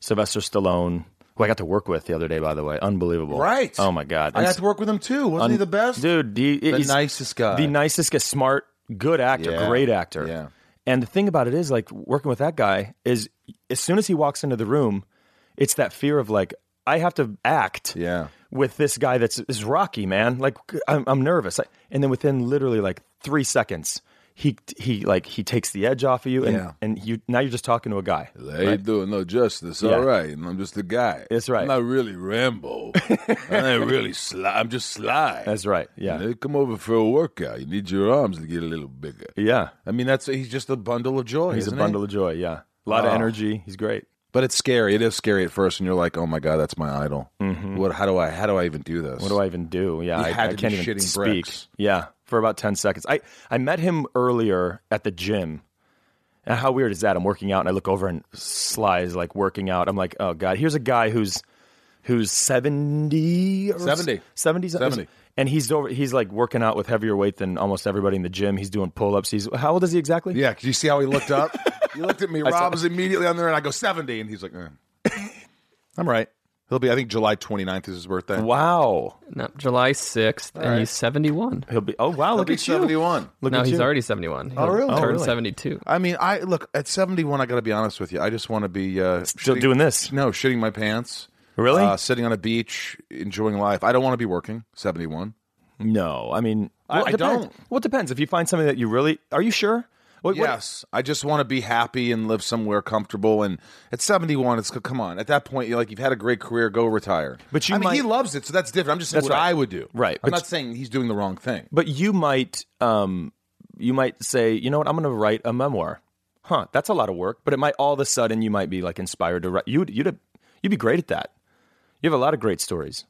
S4: Sylvester Stallone, who I got to work with the other day, by the way, unbelievable.
S1: Right.
S4: Oh my god.
S1: I
S4: And
S1: got to work with him too. Wasn't he the best?
S4: dude. He,
S1: the
S4: he's
S1: nicest guy.
S4: the nicest, guy, smart, good actor,
S1: Yeah.
S4: great actor.
S1: Yeah.
S4: And the thing about it is, like working with that guy is, as soon as he walks into the room, it's that fear of like I have to act.
S1: Yeah.
S4: With this guy that's is rocky, man. Like I'm, I'm nervous. Like, and then within literally like three seconds, he he like he takes the edge off of you, and
S1: Yeah.
S4: and you now you're just talking to a guy.
S1: They ain't doing no justice.
S4: Yeah.
S1: All right, and I'm just a guy.
S4: That's right.
S1: I'm not really Rambo. I'm not really sly. I'm just sly.
S4: That's right.
S1: You
S4: Yeah.
S1: know, come over for a workout. You need your arms to get a little bigger.
S4: Yeah.
S1: I mean, that's he's just a bundle of joy.
S4: He's
S1: isn't
S4: a bundle of joy. Yeah. A lot of
S1: Wow.
S4: energy. He's great.
S1: But it's scary. It is scary at first, and you're like, "Oh my god, that's my idol. What? How do I? How do I even Mm-hmm. do this?
S4: What do I even do? Yeah,
S1: You
S4: I,
S1: had
S4: I
S1: to be
S4: can't even
S1: shitting
S4: speak.
S1: bricks.
S4: Yeah, for about ten seconds. I I met him earlier at the gym. And how weird is that? I'm working out and I look over and Sly is like working out. I'm like, oh god, here's a guy who's who's seventy, or
S1: 70.
S4: 70,
S1: 70.
S4: and he's over. He's like working out with heavier weight than almost everybody in the gym. He's doing pull ups. He's how old is he exactly?
S1: Yeah, did you see how he looked up? he looked at me. Rob was immediately on there, and I go seventy, and he's like, eh. "I'm right." He'll be. I think July 29th is his birthday.
S4: Wow.
S2: No, July sixth, and he's seventy-one.
S4: He'll be. Oh wow.
S1: He'll
S4: look
S1: be
S4: at you.
S1: 71.
S4: Look
S2: no,
S4: at
S2: he's
S4: you.
S2: already seventy-one. He'll
S1: really? Oh,
S2: Turn
S4: really?
S2: seventy-two.
S1: I mean, I look at 71. I got to be honest with you. I just want to be uh,
S4: Still doing this.
S1: No, shitting my pants.
S4: Really?
S1: Uh, sitting on a beach, enjoying life. I don't want to be working. 71.
S4: No, I mean,
S1: I-
S4: well,
S1: I
S4: it depends.
S1: don't.
S4: Well, it depends. If you find something that you really, are you sure? What, what-
S1: yes, I just want to be happy and live somewhere comfortable. And at 71, it's come on. At that point, you're like you've had a great career. Go retire.
S4: But you
S1: I mean,
S4: might-
S1: he loves it, so that's different. I'm just saying
S4: That's
S1: what
S4: right.
S1: I would do.
S4: Right,
S1: I'm
S4: but-
S1: not saying he's doing the wrong thing.
S4: but you might, um, you might say, you know what? I'm going to write a memoir. Huh? That's a lot of work. But it might all of a sudden you might be like inspired to write. You'd you'd you'd be great at that. You have a lot of great stories.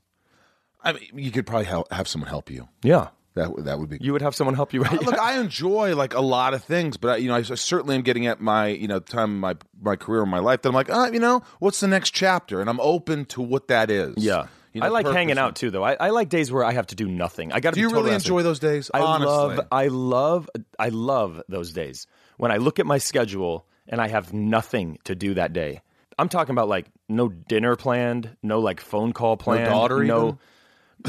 S1: I mean, you could probably help, have someone help you.
S4: Yeah,
S1: That w- that would be Uh,
S4: you would have someone help you write.
S1: look, I enjoy like a lot of things, but I, you know, I certainly am getting at my you know time in my my career in my life that I'm like, ah, you know, what's the next chapter, and I'm open to what that is.
S4: yeah.
S1: You know,
S4: I like
S1: purpose.
S4: hanging out too, though. I, I like days where I have to do nothing. I got to.
S1: Do you really enjoy those days?
S4: I
S1: Honestly.
S4: love I love I love those days. When I look at my schedule and I have nothing to do that day. I'm talking about like no dinner planned, no like phone call planned,
S1: daughter
S4: no
S1: even?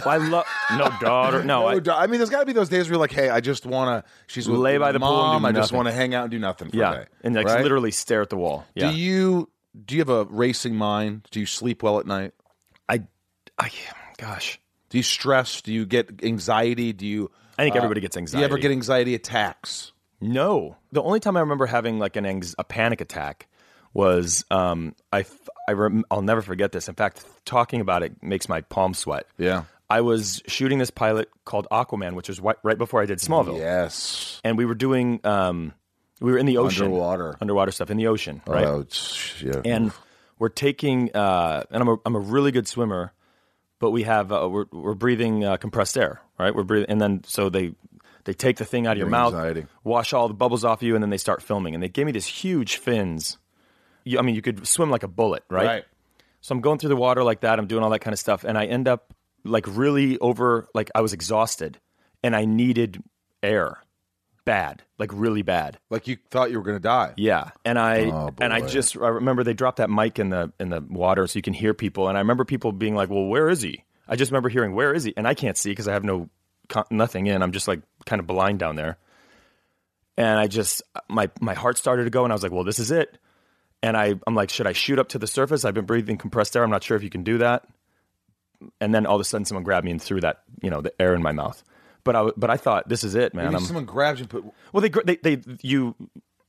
S4: I love no daughter. No,
S1: No,
S4: I,
S1: I mean, there's got to be those days where you're like, hey, I just want to. She's with
S4: Lay
S1: my
S4: by the pool
S1: mom.
S4: and do
S1: I just
S4: nothing.
S1: want to hang out and do nothing. For
S4: yeah,
S1: a day,
S4: and like
S1: right?
S4: literally stare at the wall. Yeah,
S1: Do you do you have a racing mind? Do you sleep well at night?
S4: I, I, gosh,
S1: Do you stress? Do you get anxiety? Do you?
S4: I think everybody gets
S1: Uh, Do you
S4: anxiety.
S1: ever get anxiety attacks?
S4: No, the only time I remember having like an anx- a panic attack was um, I f- I rem- I'll never forget this. In fact, talking about it makes my palms sweat.
S1: Yeah.
S4: I was shooting this pilot called Aquaman, which was wi- right before I did Smallville,
S1: Yes.
S4: and we were doing um, we were in the ocean,
S1: Underwater.
S4: underwater stuff in the ocean, right?
S1: Oh, it's- yeah.
S4: and we're taking uh, and I'm a, I'm a really good swimmer, but we have uh, we're we're breathing uh, compressed air, right? We're breathing, and then so they they take the thing out of your mouth,
S1: anxiety.
S4: wash all the bubbles off you, and then they start filming, and they gave me these huge fins. You, I mean, you could swim like a bullet, right?
S1: right.
S4: So I'm going through the water like that. I'm doing all that kind of stuff, and I end up like really over. Like I was exhausted, and I needed air, bad, like really bad.
S1: Like you thought you were going to die.
S4: Yeah, and I
S1: Oh,
S4: and I
S1: boy.
S4: just I remember they dropped that mic in the in the water so you can hear people, and I remember people being like, "Well, where is he?" I just remember hearing, "Where is he?" And I can't see because I have no con- nothing in. I'm just like kind of blind down there, and I just my my heart started to go, and I was like, "Well, this is it." And I I'm like, "Should I shoot up to the surface?" I've been breathing compressed air. I'm not sure if you can do that. And then all of a sudden, someone grabbed me and threw that you know the air in my mouth. But I but I thought this is it, man.
S1: Maybe
S4: I'm-
S1: someone grabs you and put.
S4: well, they gr- they they you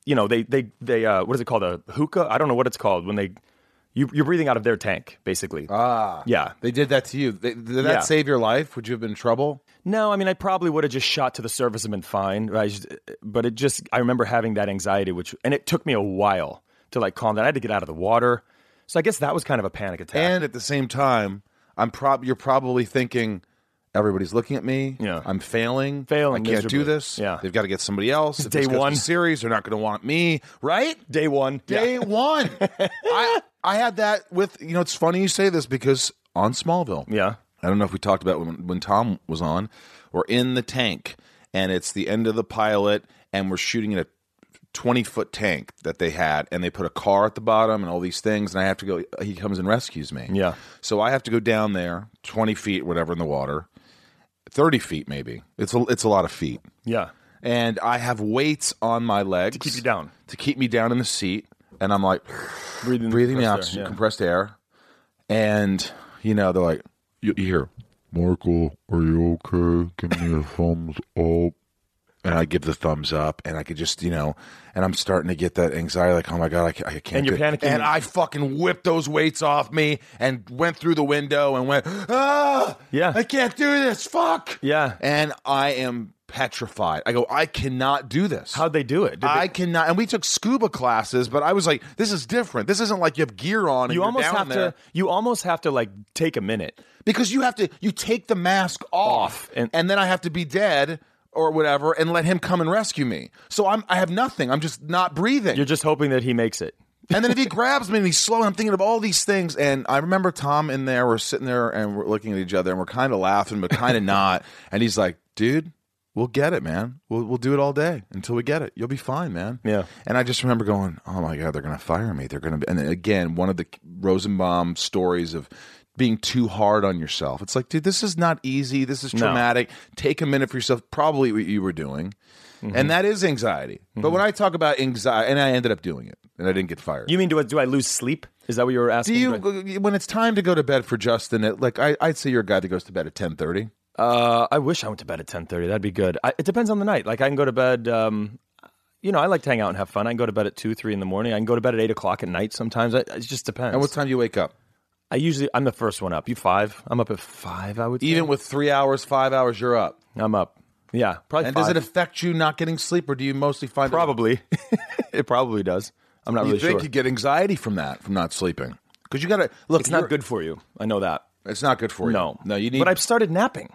S4: you know they they they uh, what is it called a hookah? I don't know what it's called when they You, you're breathing out of their tank, basically.
S1: Ah,
S4: Yeah.
S1: They did that to you. They, did that
S4: Yeah.
S1: save your life? Would you have been in trouble?
S4: No, I mean, I probably would have just shot to the surface and been fine. but I just- but it just, I remember having that anxiety, which, and it took me a while to like calm down. I had to get out of the water. So I guess that was kind of a panic attack.
S1: And at the same time, I'm prob you're probably thinking everybody's looking at me.
S4: Yeah.
S1: I'm failing.
S4: Failing
S1: I can't do
S4: miserably.
S1: this.
S4: Yeah.
S1: They've got to get somebody else. If
S4: Day
S1: this goes to
S4: one.
S1: series, they're not going to want me, right?
S4: Day one.
S1: Day
S4: Yeah.
S1: one. I I had that with you know. It's funny you say this because on Smallville.
S4: Yeah.
S1: I don't know if we talked about when when Tom was on. We're in the tank, and it's the end of the pilot, and we're shooting in a twenty foot tank that they had, and they put a car at the bottom and all these things, and I have to go. He comes and rescues me.
S4: Yeah.
S1: So I have to go down there twenty feet, whatever, in the water, thirty feet maybe. It's a, it's a lot of feet,
S4: Yeah.
S1: and I have weights on my legs to
S4: Keep you down.
S1: to keep me down in the seat, and I'm like
S4: Breathing,
S1: breathing the
S4: compressed air,
S1: oxygen,
S4: yeah.
S1: compressed air, and you know they're like, you, you hear,
S6: Michael, are you okay? Give me a thumbs up.
S1: and I give the thumbs up, and I could just, you know, and I'm starting to get that anxiety, like, oh my god, I, ca- I can't.
S4: And you're
S1: do it.
S4: panicking.
S1: And I fucking whipped those weights off me and went through the window and went, ah,
S4: Yeah.
S1: I can't do this, fuck,
S4: Yeah.
S1: And I am petrified. I go, I cannot do this.
S4: How'd they do it? Did they-
S1: I cannot, and we took scuba classes, but I was like, "This is different. This isn't like you have gear on. And
S4: you
S1: are
S4: almost have to, you almost have to like take a minute.
S1: because you have to you take the mask off,
S4: Off,
S1: and,
S4: and-
S1: then I have to be dead or whatever and let him come and rescue me. So I'm I have nothing. I'm just not breathing.
S4: You're just hoping that he makes it.
S1: and then if he grabs me and he's slow, and I'm thinking of all these things. And I remember Tom in there, we're sitting there and we're looking at each other and we're kind of laughing, but kind of not. And he's like, dude, we'll get it, man. We'll, we'll do it all day until we get it. You'll be fine, man.
S4: Yeah.
S1: And I just remember going, oh my God, they're going to fire me. They're going to be. And then again, one of the Rosenbaum stories of being too hard on yourself. It's like, dude, this is not easy. This is traumatic. Take a minute for yourself. Probably what you were doing. And that is anxiety. But when I talk about anxiety, and I ended up doing it and I didn't get fired.
S4: You mean, do I, do I lose sleep? Is that what you were asking?
S1: Do you when it's time to go to bed for Justin? It, like I, I'd say you're a guy that goes to bed at ten thirty.
S4: Uh, I wish I went to bed at ten thirty. That'd be good. I, it depends on the night. Like I can go to bed. Um, you know, I like to hang out and have fun. I can go to bed at two, three in the morning. I can go to bed at eight o'clock at night. Sometimes I, it just depends.
S1: And what time do you wake up?
S4: I usually I'm the first one up. You five? I'm up at five. I would say.
S1: Even with three hours, five hours, you're up.
S4: I'm up. Yeah, probably.
S1: And
S4: five.
S1: does it affect you not getting sleep, or do you mostly find it-
S4: probably? it probably does. I'm not
S1: you
S4: really
S1: think
S4: sure.
S1: you get anxiety from that from not sleeping? Because you got to look.
S4: it's not
S1: you're-
S4: good for you. I know that.
S1: It's not good for you.
S4: No,
S1: no, you need.
S4: But I've started napping.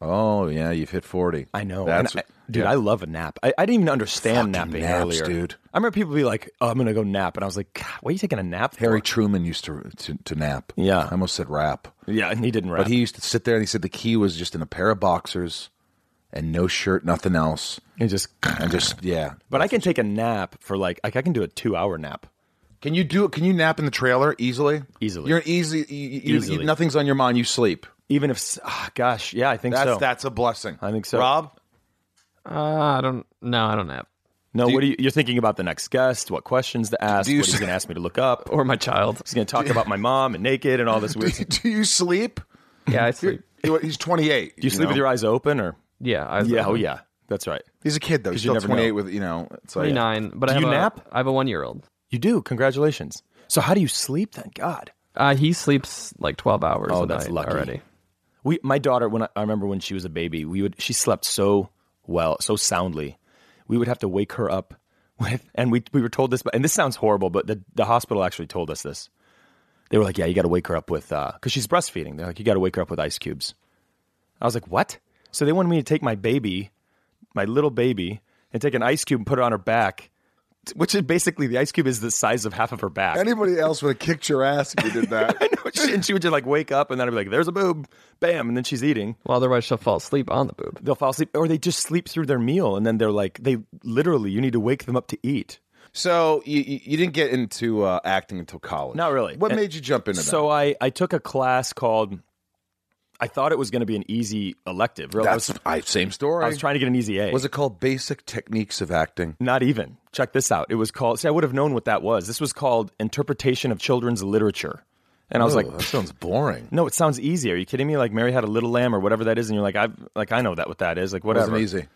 S1: oh yeah, you've hit forty.
S4: I know.
S1: That's
S4: And I- dude, I love a nap. I, I didn't even understand napping
S1: naps,
S4: earlier.
S1: dude.
S4: I remember people be like, oh, I'm going to go nap. And I was like, God, why are you taking a nap? for?"
S1: Harry Truman used to, to to nap.
S4: Yeah.
S1: I almost said rap,
S4: Yeah, and he didn't rap.
S1: but he used to sit there and he said the key was just in a pair of boxers and no shirt, nothing else,
S4: It just.
S1: and just yeah,
S4: But I can take a nap for like, like I can do a two hour nap.
S1: Can you do it? Can you nap in the trailer easily?
S4: Easily.
S1: You're easy. You, you- you-
S4: Easily.
S1: nothing's on your mind. You sleep.
S4: Even if, s- ah, gosh, yeah, I think
S1: That's
S4: so.
S1: that's a blessing.
S4: I think so.
S1: Rob,
S2: Uh, I don't. No, I don't nap.
S4: No, what are you, you're thinking about the next guest, what questions to ask,
S1: Do you
S4: what he's
S1: s-
S4: going to ask me to look up.
S2: Or my child.
S4: He's going to talk about my mom and naked and all this weird stuff.
S1: do you sleep?
S2: Yeah, I sleep.
S1: You- He's 28.
S4: Do you sleep with your eyes open or?
S2: Yeah, I
S4: Yeah, oh yeah, that's right.
S1: He's a kid though. He's
S4: you
S1: still
S4: never
S1: 28
S4: know.
S1: with you know. It's like
S2: Twenty nine. But I have
S4: you
S2: a,
S4: nap?
S2: I have a one year old.
S4: You do, congratulations. So how do you sleep then? God.
S2: Uh, he sleeps like twelve hours.
S4: Oh,
S2: a
S4: that's
S2: night
S4: lucky.
S2: already.
S4: We, my daughter, when I, I remember when she was a baby, we would she slept so well, so soundly. We would have to wake her up with, and we we were told this, and this sounds horrible, but the the hospital actually told us this. They were like, "Yeah, you got to wake her up with," because she's breastfeeding. They're like, "You got to wake her up with ice cubes." I was like, "What?" So they wanted me to take my baby, my little baby, and take an ice cube and put it on her back, t- which is basically the ice cube is the size of half of her back.
S1: anybody else would have kicked your ass if you did that.
S4: and she would just like wake up, and then I'd be like, "There's a boob," bam, and then she's eating
S2: Well, otherwise she'll fall asleep on the boob.
S4: they'll fall asleep or they just sleep through their meal and then they're like they literally you need to wake them up to eat
S1: so you, you you didn't get into uh, acting until college.
S4: Not really.
S1: What
S4: And-
S1: made you jump into
S4: so i i took a class called i thought it was going to be an easy elective
S1: that?
S4: really I was,
S1: That's I, same story.
S4: I was trying to get an easy a
S1: Was it called Basic Techniques of Acting?
S4: not even check this out it was called see i would have known what that was this was called interpretation of children's literature and i was
S1: Oh,
S4: like
S1: that sounds boring.
S4: no it sounds easy are you kidding me like mary had a little lamb or whatever that is and you're like i've like i know that what that is like whatever
S1: Wasn't easy.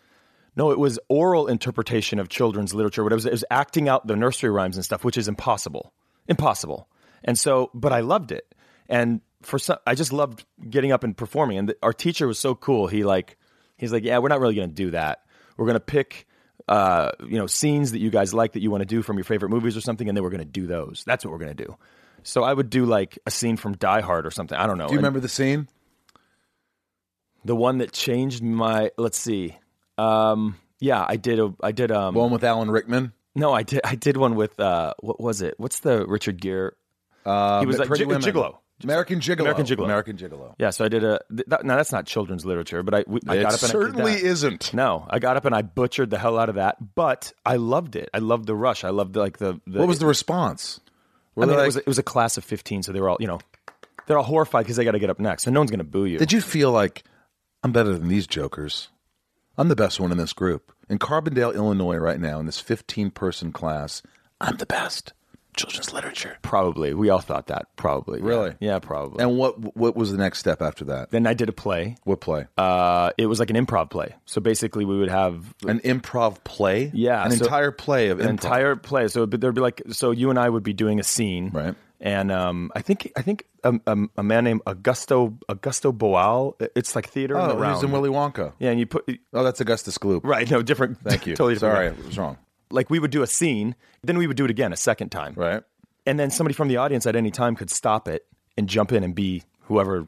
S4: No, it was oral interpretation of children's literature. What it was, it was acting out the nursery rhymes and stuff, which is impossible. Impossible. And so, but I loved it. And for some, I just loved getting up and performing. And th- our teacher was so cool. He like, he's like, yeah, we're not really going to do that. We're going to pick, uh, you know, scenes that you guys like that you want to do from your favorite movies or something. And then we're going to do those. That's what we're going to do. So I would do like a scene from Die Hard or something. I don't know.
S1: Do you
S4: And
S1: remember the scene?
S4: the one that changed my, let's see. Um, yeah, I did. A, I did. Um,
S1: The one with Alan Rickman?
S4: no, I did. I did one with uh, what was it? What's the Richard Gere?
S1: Uh,
S4: He was like
S1: Pretty
S4: Gi-
S1: Women.
S4: Gigolo.
S1: American Gigolo.
S4: American Gigolo.
S1: American Gigolo.
S4: Yeah, so I did a. Th- that, now that's not children's literature, but I, we, I got up and
S1: certainly
S4: I did that.
S1: isn't.
S4: No, I got up and I butchered the hell out of that, but I loved it. I loved the rush. I loved like the. the
S1: What was the response? Were
S4: I
S1: they
S4: mean,
S1: like-
S4: it was it was a class of fifteen, so they were all you know, they're all horrified because they got to get up next, so no one's going to boo you.
S1: Did you feel like I'm better than these jokers? I'm the best one in this group. In Carbondale, Illinois, right now, in this 15 person class, I'm the best. Children's literature.
S4: probably we all thought that. Probably yeah.
S1: Really?
S4: yeah, probably.
S1: And what what was the next step after that?
S4: then I did a play.
S1: What play?
S4: Uh, it was like an improv play. So basically, we would have
S1: An improv play?
S4: Yeah,
S1: An
S4: so-
S1: entire play of
S4: an
S1: improv.
S4: entire play. So but there'd be like, so you and I would be doing a scene,
S1: Right.
S4: And um, I think I think um, um, a man named Augusto Augusto Boal. It's like theater in the
S1: Oh, he
S4: round.
S1: was in Willy Wonka.
S4: yeah, and you put
S1: Oh, that's Augustus Gloop.
S4: right. No, different.
S1: Thank you.
S4: totally different
S1: Sorry,
S4: guy.
S1: I was wrong.
S4: Like we would do a scene, then we would do it again a second time,
S1: Right.
S4: and then somebody from the audience at any time could stop it and jump in and be whoever,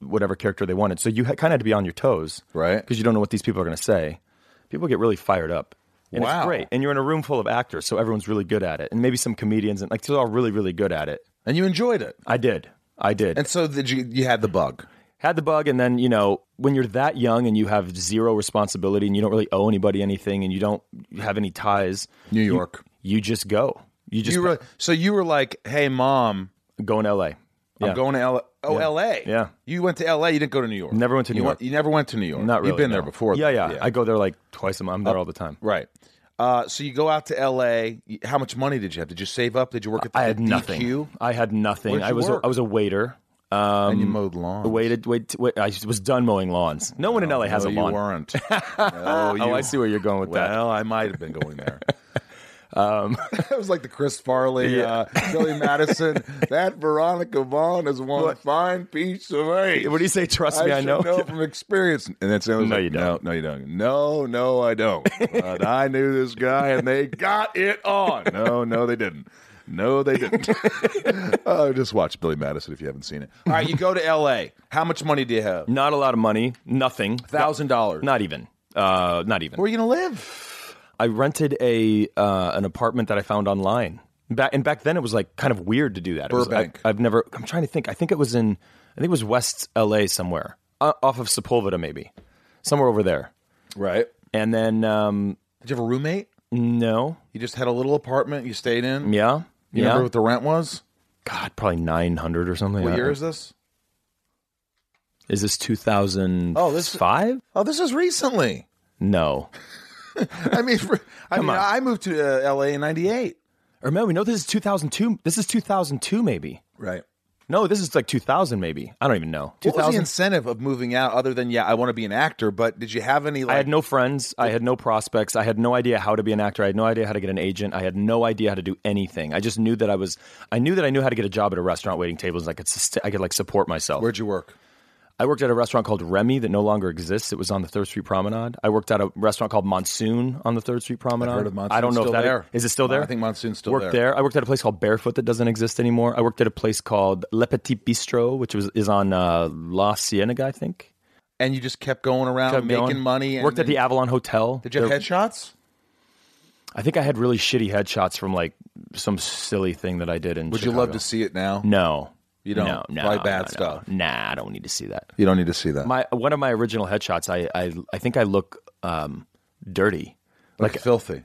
S4: whatever character they wanted. So you ha- kind of had to be on your toes,
S1: Right.
S4: Because you don't know what these people are going to say. People get really fired up. And
S1: Wow.
S4: it's great. And you're in a room full of actors, so everyone's really good at it. And maybe some comedians and like they're all really, really good at it.
S1: And you enjoyed it.
S4: I did. I did.
S1: And so did you you had the bug.
S4: Had the bug and then, you know, when you're that young and you have zero responsibility and you don't really owe anybody anything and you don't have any ties,
S1: New York.
S4: you just go. You just
S1: you were so you were like, "Hey mom,
S4: go in LA. Yeah.
S1: I'm going to L. Oh, L.A.
S4: Yeah.
S1: you went to L.A. You didn't go to New York.
S4: Never went to
S1: you
S4: New
S1: went-
S4: York.
S1: you never went to New York.
S4: Not really.
S1: You've been
S4: no.
S1: there before.
S4: Yeah,
S1: though.
S4: yeah, I go there like twice a month. I'm there all the time.
S1: right. Uh, so you go out to L.A. You- How much money did you have? Did you save up? Did you work at the
S4: I had
S1: DQ?
S4: nothing. I had nothing.
S1: Where'd
S4: I
S1: you
S4: was
S1: work? Oh,
S4: a, I was a waiter. Um,
S1: And you mowed lawns.
S4: Waited, wait, wait. I was done mowing lawns. No one in LA has
S1: Oh, no,
S4: a lawn.
S1: you weren't. no, you,
S4: Oh, I see where you're going with that.
S1: Well, I might have been going there. Um, that was like the Chris Farley, uh, Billy Madison. that Veronica Vaughn is one fine piece of eight.
S4: What do you say? Trust me, I
S1: should
S4: know.
S1: from experience. And that's no,
S4: No,
S1: like,
S4: you
S1: No,
S4: don't.
S1: no, you don't. No, no, I don't. but I knew this guy, and they got it on. No, no, they didn't. No, they didn't. uh, just watch Billy Madison if you haven't seen it. All right, you go to L.A. How much money do you have?
S4: Not a lot of money. Nothing.
S1: Thousand dollars.
S4: Not even. Uh, not even.
S1: Where are you gonna live?
S4: I rented a uh, an apartment that I found online. Back and back then, it was like kind of weird to do that. It was-
S1: Burbank.
S4: I, have never. I'm trying to think. I think it was in. I think it was West LA somewhere, uh, off of Sepulveda, maybe, somewhere over there.
S1: Right.
S4: And then um,
S1: Did you have a roommate?
S4: no,
S1: You just had a little apartment you stayed in.
S4: yeah,
S1: You
S4: yeah.
S1: remember what the rent was?
S4: God, probably nine hundred or something.
S1: What
S4: I-
S1: year is this?
S4: Is this two thousand?
S1: Oh, this-
S4: five?
S1: Oh, this is recently.
S4: No.
S1: I mean, for, I mean,
S4: on.
S1: I moved to uh, LA in '98.
S4: Or no, we know this is two thousand two. This is two thousand two, maybe.
S1: Right.
S4: No, this is like two thousand, maybe. I don't even know. Two
S1: What was the
S4: thousand.
S1: incentive of moving out other than yeah, I want to be an actor? But did you have any? Like,
S4: I had no friends. I had no prospects. I had no idea how to be an actor. I had no idea how to get an agent. I had no idea how to do anything. I just knew that I was. I knew that I knew how to get a job at a restaurant waiting tables. And I could. sust- I could like support myself.
S1: Where'd you work?
S4: I worked at a restaurant called Remy that no longer exists. It was on the Third Street Promenade. I worked at a restaurant called Monsoon on the Third Street Promenade.
S1: heard of Monsoon.
S4: I don't know
S1: Still
S4: if that is
S1: there.
S4: it still
S1: Uh, I
S4: there.
S1: think Monsoon's still
S4: worked
S1: there.
S4: I worked at a place called Barefoot that doesn't exist anymore. I worked at a place called Le Petit Bistro, which was is on uh, La Cienega, I think.
S1: And you just kept going around
S4: Kept
S1: making
S4: going.
S1: money. And,
S4: worked at the
S1: and-
S4: Avalon Hotel.
S1: Did you have
S4: There-
S1: headshots?
S4: I think I had really shitty headshots from like some silly thing that I did in.
S1: Would you love to see it now?
S4: No,
S1: You don't.
S4: No, no,
S1: Probably bad
S4: no, no.
S1: stuff.
S4: Nah, I don't need to see that.
S1: You don't need to see that.
S4: My one of my original headshots, I I, I think I look um, dirty.
S1: like, filthy.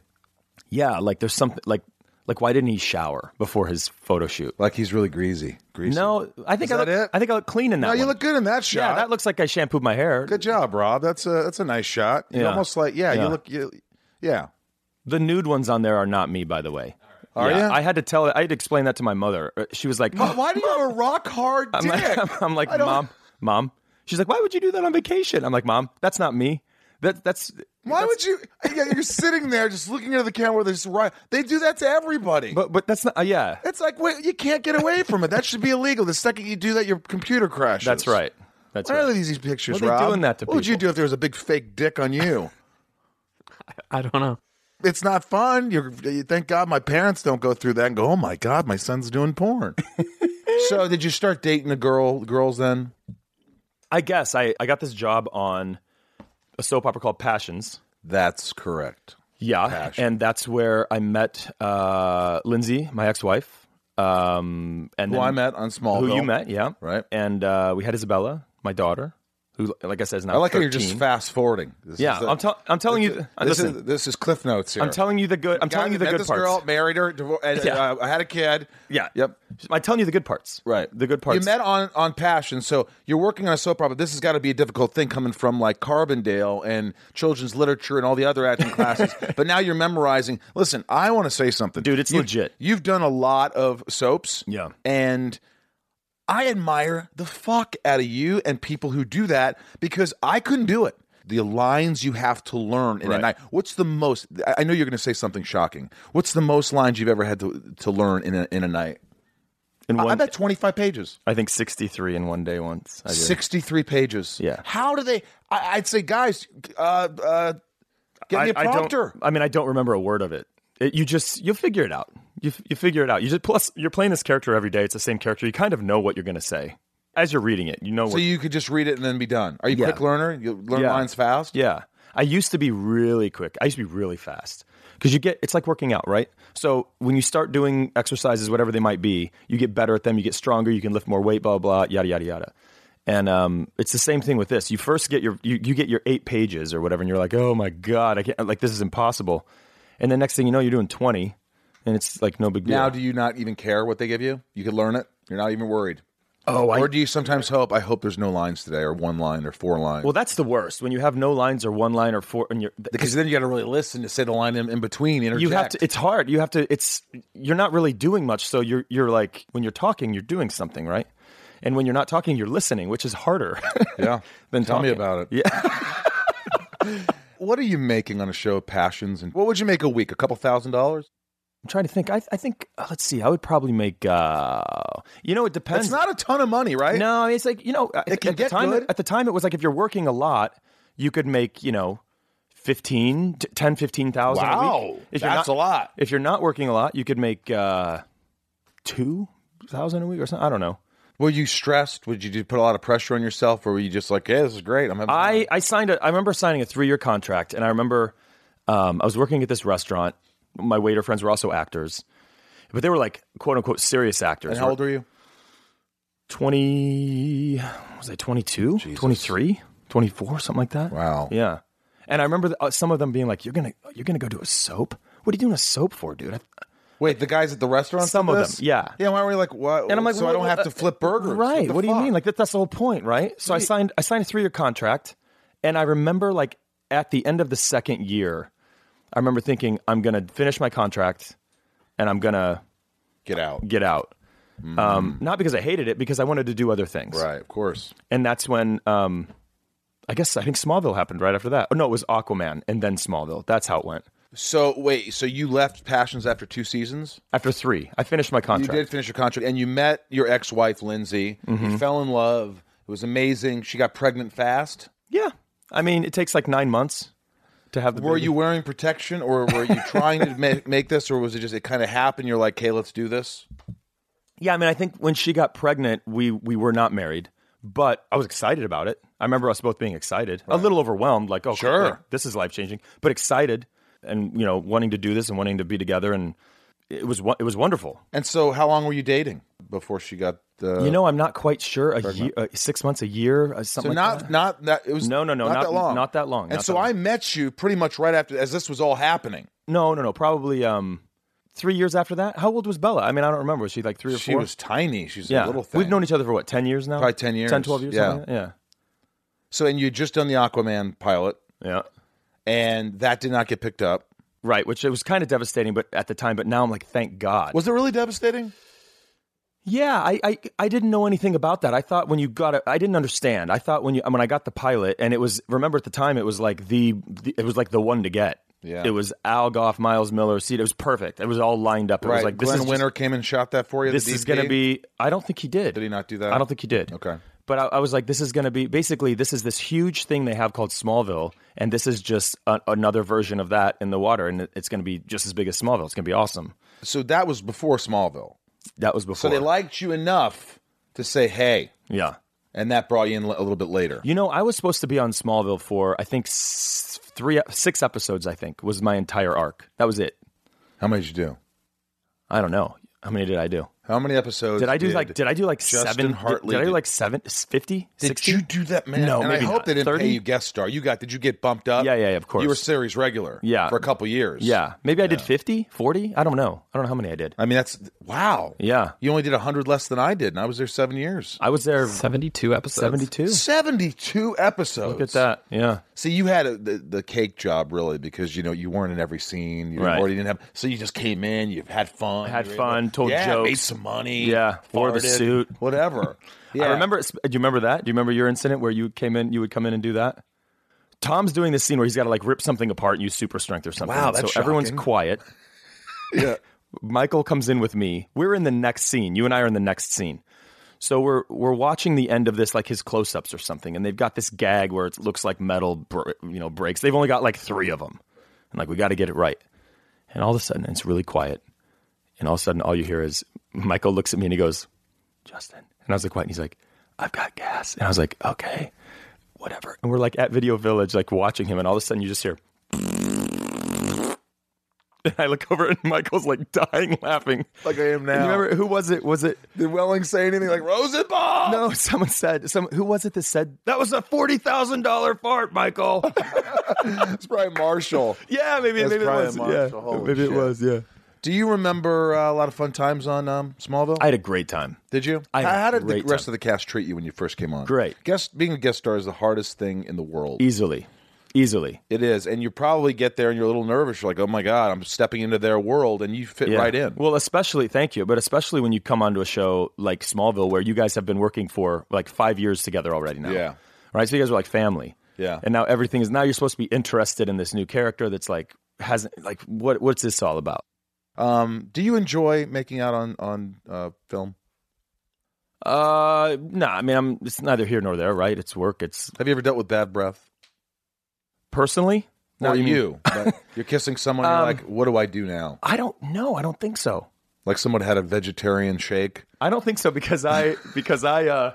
S4: Yeah, like there's something like like why didn't he shower before his photo shoot?
S1: Like he's really greasy. Greasy.
S4: No, I
S1: Is
S4: think I look,
S1: that it?
S4: I think I look clean in that.
S1: No, you
S4: one.
S1: look good in that shot.
S4: Yeah, that looks like I shampooed my hair.
S1: good job, Rob. That's a that's a nice shot. You're
S4: Yeah.
S1: almost like yeah,
S4: Yeah.
S1: you look you, yeah.
S4: The nude ones on there are not me, by the way.
S1: Are
S4: yeah,
S1: ya?
S4: I had to tell. I had to explain that to my mother. Uh, She was like,
S1: Why do you have a rock hard dick?
S4: I'm like, I'm like, mom, mom. She's like, why would you do that on vacation? I'm like, mom, that's not me. That that's
S7: Why would you? Yeah, you're sitting there just looking at the camera. This right, they do that to everybody.
S4: but but that's not uh, yeah.
S7: it's like wait, you can't get away from it. That should be illegal. The second you do that, your computer crashes.
S4: That's right. That's
S7: Why are
S4: right.
S7: these, these pictures,
S4: Why are they
S7: Rob?
S4: doing that to
S7: What would you
S4: people?
S7: do if there was a big fake dick on you?
S2: I don't know.
S7: it's not fun. You're, you thank God my parents don't go through that and go, oh my God, my son's doing porn. so did you start dating the girl girls then?
S4: I guess I I got this job on a soap opera called Passions.
S7: That's correct.
S4: Yeah,
S7: Passion.
S4: and that's where I met uh, Lindsay, my ex-wife, um, and
S1: Who
S4: then-
S1: I met on Smallville.
S4: who you met, yeah,
S1: Right.
S4: And uh, we had Isabella, my daughter, who, like I said, is now
S1: I like how you're
S4: 13.
S1: just fast forwarding. This
S4: Yeah,
S1: is the-
S4: I'm, tell I'm telling you.
S1: This,
S4: uh, listen,
S1: is, this is Cliff Notes here.
S4: I'm telling you the good. I'm telling you the
S1: met
S4: good
S1: this
S4: parts.
S1: girl, married her, divor- and,
S4: Yeah.
S1: uh, I had a kid.
S4: Yeah.
S1: Yep.
S4: I'm telling you the good parts.
S1: Right.
S4: The good parts.
S1: You met on on Passion, so you're working on a soap opera. This has got to be a difficult thing coming from like Carbondale and children's literature and all the other acting classes. But now you're memorizing. Listen, I want to say something,
S4: Dude, it's
S1: You've-
S4: legit.
S1: You've done a lot of soaps,
S4: Yeah.
S1: and I admire the fuck out of you and people who do that because I couldn't do it. The lines you have to learn in a
S4: Right.
S1: night. What's the most? I- I know you're going to say something shocking. What's the most lines you've ever had to to learn in a, in a night?
S4: in
S1: I-
S4: one.
S1: I bet 25 pages.
S4: I think 63 in one day once. I did.
S1: 63 pages.
S4: Yeah.
S1: How do they? I, I'd say, guys, uh, uh, get
S4: I,
S1: me a
S4: I don't-
S1: prompter.
S4: I, mean, I don't remember a word of it. It- You just you'll figure it out. You f- you figure it out. You just plus you're playing this character every day. It's the same character. You kind of know what you're going to say as you're reading it. You know
S1: so
S4: what.
S1: you could just read it and then be done. Are you a
S4: Yeah.
S1: quick learner? You learn
S4: Yeah.
S1: lines fast?
S4: yeah. I used to be really quick. I used to be really fast because you get it's like working out, right? So when you start doing exercises, whatever they might be, you get better at them. You get stronger. You can lift more weight. Blah blah. Yada yada yada. And um, it's the same thing with this. You first get your you, you get your eight pages or whatever, and you're like, oh my god, I can't like this is impossible. And the next thing you know, you're doing twenty, and it's like no big deal.
S1: Now, do you not even care what they give you? You could learn it. You're not even worried.
S4: oh, I,
S1: or do you sometimes hope, I hope there's no lines today, or one line, or four lines?
S4: well, that's the worst when you have no lines or one line or four, and you're
S1: because then you got to really listen to say the line in, in between, interject.
S4: you have to it's hard you have to it's you're not really doing much so you're you're like when you're talking you're doing something right and when you're not talking you're listening which is harder
S1: yeah.
S4: than
S1: Tell me
S4: talking.
S1: about it. Yeah. what are you making on a show of passions? And what would you make a week? A couple thousand dollars?
S4: i'm trying to think i, I think uh, let's see i would probably make uh you know it depends
S1: It's not a ton of money, right?
S4: no I mean, it's like you know it
S1: can
S4: at
S1: get
S4: the time
S1: good.
S4: at the time it was like if you're working a lot you could make you know 15 t- 10 15,000 a
S7: Wow,
S4: week
S7: that's
S4: if you're
S7: a
S4: not,
S7: lot.
S4: if you're not working a lot you could make uh 2,000 a week or something i don't know
S1: Were you stressed? Would you do- put a lot of pressure on yourself, or were you just like, "Yeah, this is great"? I'm having
S4: I, I signed a, I remember signing a three year contract, and I remember um, I was working at this restaurant. My waiter friends were also actors, but they were like quote unquote serious actors.
S1: And how old are you?
S4: 20, was I 22, 23, 24, something like that.
S1: Wow.
S4: Yeah. And I remember the, uh, some of them being like, you're going to, you're going to go do a soap? What are you doing a soap for, dude? I,
S1: Wait, the guys at the restaurant.
S4: Some
S1: did
S4: of
S1: this?
S4: them, yeah.
S1: Yeah. Why were you like, "What?"
S4: and I'm like,
S1: so I
S4: what- uh,
S1: don't have to flip burgers,
S4: Right. What,
S1: the
S4: do you
S1: fuck?
S4: mean? Like that, that's the whole point, right? So I signed I signed a three year contract, and I remember like at the end of the second year, I remember thinking I'm gonna finish my contract, and I'm gonna
S1: Get out.
S4: get out. Um, not because I hated it, because I wanted to do other things.
S1: Mm-hmm. Right. Of course.
S4: And that's when um, I guess I think Smallville happened right after that. Oh no, it was Aquaman and then Smallville. That's how it went.
S1: So wait. So you left Passions after two seasons.
S4: After three, I finished my
S1: You
S4: contract.
S1: did finish your contract, and you met your ex-wife Lindsay.
S4: Mm-hmm.
S1: You fell in love. It was amazing. She got pregnant fast.
S4: Yeah. I mean, it takes like nine months to have the.
S1: Were
S4: baby.
S1: you wearing protection, or were you trying to make, make this, or was it just it kind of happened? You're like, "Okay, let's do this."
S4: Yeah, I mean, I think when she got pregnant, we we were not married, but I was excited about it. I remember us both being excited, a little overwhelmed, like, oh,
S1: Sure.
S4: like, this is life changing, but excited and you know wanting to do this and wanting to be together, and it was wo- it was wonderful.
S1: And so, how long were you dating before she got the?
S4: you know, I'm not quite sure a year, uh, six months, a year, uh,
S1: so
S4: something. like
S1: not
S4: that.
S1: not that it was
S4: No, no, no,
S1: not,
S4: not-
S1: that long,
S4: not that long,
S1: And
S4: not
S1: so
S4: that long.
S1: I met you pretty much right after as this was all happening.
S4: no, no, no, probably um three years after that. How old was Bella? I mean, I don't remember. Was she like three or
S1: She
S4: four?
S1: was tiny. She's
S4: yeah,
S1: a little thing.
S4: we've known each other for what ten years now?
S1: Probably 10 years,
S4: 10, 12 years.
S1: yeah.
S4: something like that?
S1: so, and you had just done the Aquaman pilot,
S4: yeah, yeah.
S1: and that did not get picked up.
S4: Right, which it was kind of devastating, but at the time, but now I'm like, thank God.
S1: Was it really devastating?
S4: Yeah, I, I I didn't know anything about that. I thought when you got it, I didn't understand. I thought when you when I got the pilot, and it was remember at the time it was like the, the it was like the one to get.
S1: Yeah.
S4: it was Al Goff, Miles Miller, seat. It was perfect. It was all lined up. It was like this
S1: Glenn
S4: is just-
S1: Winter came and shot that for you. the
S4: this is
S1: DP?
S4: going to be. I don't think he did.
S1: Did he not do that?
S4: I don't think he did.
S1: Okay.
S4: But I, I was like, this is going to be basically this is this huge thing they have called Smallville, and this is just a, another version of that in the water, and it- it's going to be just as big as Smallville. It's going to be awesome.
S1: So that was before Smallville.
S4: That was
S1: So
S4: before.
S1: they liked you enough to say, "Hey,"
S4: yeah.
S1: and that brought you in l- a little bit later.
S4: You know, I was supposed to be on Smallville for I think s- three, six episodes. I think was my entire arc. That was it.
S1: How many did you do?
S4: I don't know how many did I do.
S1: How many episodes
S4: Did I do like? Did I do like
S1: Justin
S4: seven? did-
S1: Hartley
S4: Did, I do
S1: did-
S4: like seven? Fifty?
S1: Did
S4: Sixty?
S1: you do that, man?
S4: No,
S1: and
S4: maybe
S1: I hope
S4: not.
S1: they didn't
S4: 30?
S1: pay you guest star. You got? Did you get bumped up?
S4: Yeah, yeah, yeah, of course.
S1: You were series regular.
S4: Yeah.
S1: for a couple years.
S4: Yeah, maybe I did 50, 40. I don't know. I don't know how many I did.
S1: I mean, that's wow.
S4: Yeah,
S1: You only did hundred less than I did, and I was there seven years.
S4: I was there
S2: Seventy-two episodes.
S4: seventy-two.
S1: Seventy-two episodes.
S4: Look at that. Yeah,
S1: See, you had a, the, the cake job really because you know you weren't in every scene. You
S4: Right.
S1: already didn't have, so you just came in. You had fun.
S4: Had
S1: you were able-
S4: fun, told
S1: yeah,
S4: jokes.
S1: made some money.
S4: Yeah, wore the
S1: farted,
S4: suit.
S1: whatever. Yeah,
S4: I remember. it's- Do you remember that? Do you remember your incident where you came in? You would come in and do that. Tom's doing this scene where he's got to like rip something apart and use super strength or something.
S1: Wow, that's
S4: so everyone's
S1: shocking.
S4: quiet.
S1: Yeah.
S4: Michael comes in with me. We're in the next scene. You and I are in the next scene. So we're we're watching the end of this, like his close-ups or something, and they've got this gag where it looks like metal, br- you know, breaks. They've only got like three of them, and like we got to get it right. And all of a sudden, it's really quiet, and all of a sudden, all you hear is Michael looks at me and he goes, "Justin," and I was like, "What?" And he's like, "I've got gas," and I was like, "Okay, whatever." And we're like at Video Village, like watching him, and all of a sudden, you just hear. And I look over and Michael's like dying laughing.
S1: Like I am
S4: And
S1: now.
S4: you remember who was it? Was it
S1: Did Welling say anything like Rosenbaum?
S4: no, someone said some who was it that said that was a forty thousand dollar fart, Michael?
S1: it's probably Marshall.
S4: yeah, maybe
S1: That's
S4: maybe it
S1: probably
S4: was.
S1: Marshall.
S4: Yeah.
S1: Holy
S4: maybe
S1: shit.
S4: it was, yeah.
S1: Do you remember uh, a lot of fun times on um, Smallville?
S4: I had a great time.
S1: did you?
S4: I had
S1: How
S4: a
S1: how did the
S4: great
S1: rest
S4: time.
S1: of the cast treat you when you first came on?
S4: Great. E-
S1: Guest being a guest star is the hardest thing in the world.
S4: Easily. Easily.
S1: It is, and you probably get there and you're a little nervous. You're like, "Oh my god, I'm stepping into their world," and you fit
S4: Yeah.
S1: right in.
S4: Well, especially thank you, but especially when you come onto a show like Smallville where you guys have been working for like five years together already now.
S1: Yeah.
S4: Right? So you guys are like family.
S1: Yeah.
S4: And now everything is now you're supposed to be interested in this new character that's like hasn't like what what's this all about?
S1: Um, do you enjoy making out on on uh, film?
S4: Uh no, I mean I'm it's neither here nor there, right? It's work, it's
S1: Have you ever dealt with bad breath?
S4: personally.
S1: Not
S4: Or
S1: you.
S4: mean- Um,
S1: but you're kissing someone. you're like, "What do I do now?"
S4: I don't know. I don't think so.
S1: Like someone had a vegetarian shake.
S4: I don't think so because I because I uh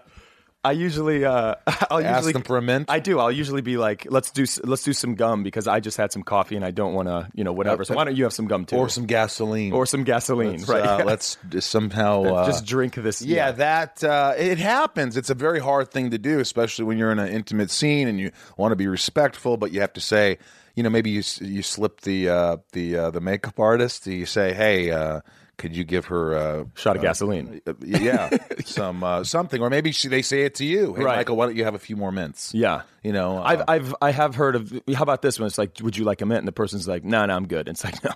S4: I usually uh I'll
S1: Ask
S4: usually
S1: them for a mint?
S4: I do. I'll usually be like, let's do s- let's do some gum because I just had some coffee and I don't want to, you know, whatever. So why don't you have some gum too?
S1: or some gasoline,
S4: or some gasoline,
S1: Let's,
S4: right?
S1: Uh, let's d- somehow uh,
S4: just drink this.
S1: Yeah, that uh, it happens. It's a very hard thing to do, especially when you're in an intimate scene and you want to be respectful, but you have to say, you know, maybe you s- you slip the uh, the uh, the makeup artist. You say, hey, uh, could you give her uh,
S4: shot of gasoline.
S1: uh, yeah some uh, something, or maybe she, they say it to you. Hey,
S4: Right.
S1: Michael, why don't you have a few more mints?
S4: Yeah.
S1: you know, uh,
S4: I've, I've, I have heard of. How about this one? It's like, would you like a mint? And the person's like, no, no, I'm good. And it's like, no,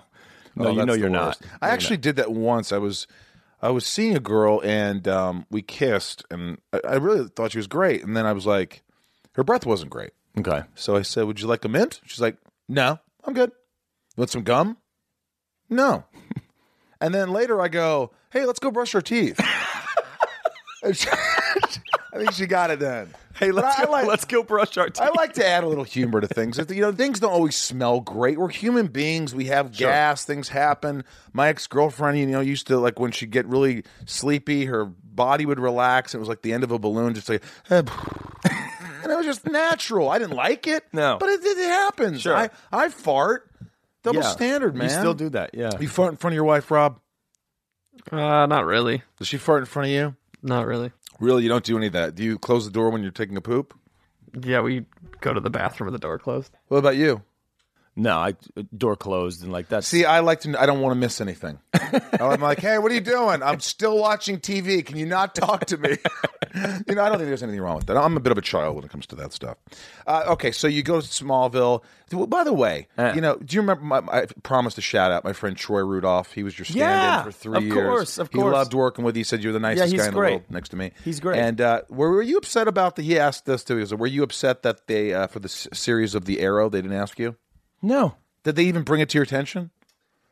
S4: no,
S1: Oh,
S4: you
S1: that's
S4: know,
S1: the
S4: you're
S1: worst.
S4: not.
S1: I actually did that once. I was I was seeing a girl and um, we kissed, and I, I really thought she was great. And then I was like, her breath wasn't great,
S4: Okay.
S1: so I said, "Would you like a mint?" She's like, "No, I'm good. You want some gum?" No. and then later I go, "Hey, let's go brush our teeth." And she- I think she got it then.
S4: Hey,
S1: But
S4: let's
S1: I
S4: go,
S1: like-
S4: let's go brush our teeth.
S1: I like to add a little humor to things. You know, things don't always smell great. We're human beings. We have gas. Things happen. My ex girlfriend, you know, used to like when she'd get really sleepy, her body would relax. It was like the end of a balloon, just like. and it was just natural. I didn't like it.
S4: No.
S1: but it, it, happens.
S4: Sure.
S1: I, I fart. Double
S4: Yeah.
S1: standard, man.
S4: You still do that, yeah.
S1: You fart in front of your wife, Rob?
S2: Uh, not really.
S1: Does she fart in front of you?
S2: Not really.
S1: Really, you don't do any of that. Do you close the door when you're taking a poop?
S2: Yeah, we go to the bathroom with the door closed.
S1: What about you?
S4: No, I uh, door closed and like that's
S1: See, I like to. I don't want to miss anything. I'm like, hey, what are you doing? I'm still watching TV. Can you not talk to me? you know, I don't think there's anything wrong with that. I'm a bit of a child when it comes to that stuff. Uh, okay, so you go to Smallville. Well, By the way, you know, do you remember? My, I promised to shout out my friend Troy Rudolph. He was your stand-in
S4: Yeah,
S1: for three
S4: of
S1: years.
S4: course, of
S1: He
S4: course.
S1: loved working with you. He said you're the nicest
S4: he's
S1: guy in the
S4: great.
S1: world next to me.
S4: He's great.
S1: And uh, were, were you upset about the? He asked this too. He goes, "Were you upset that they uh, for the s- series of the Arrow they didn't ask you?"
S4: no.
S1: Did they even bring it to your attention?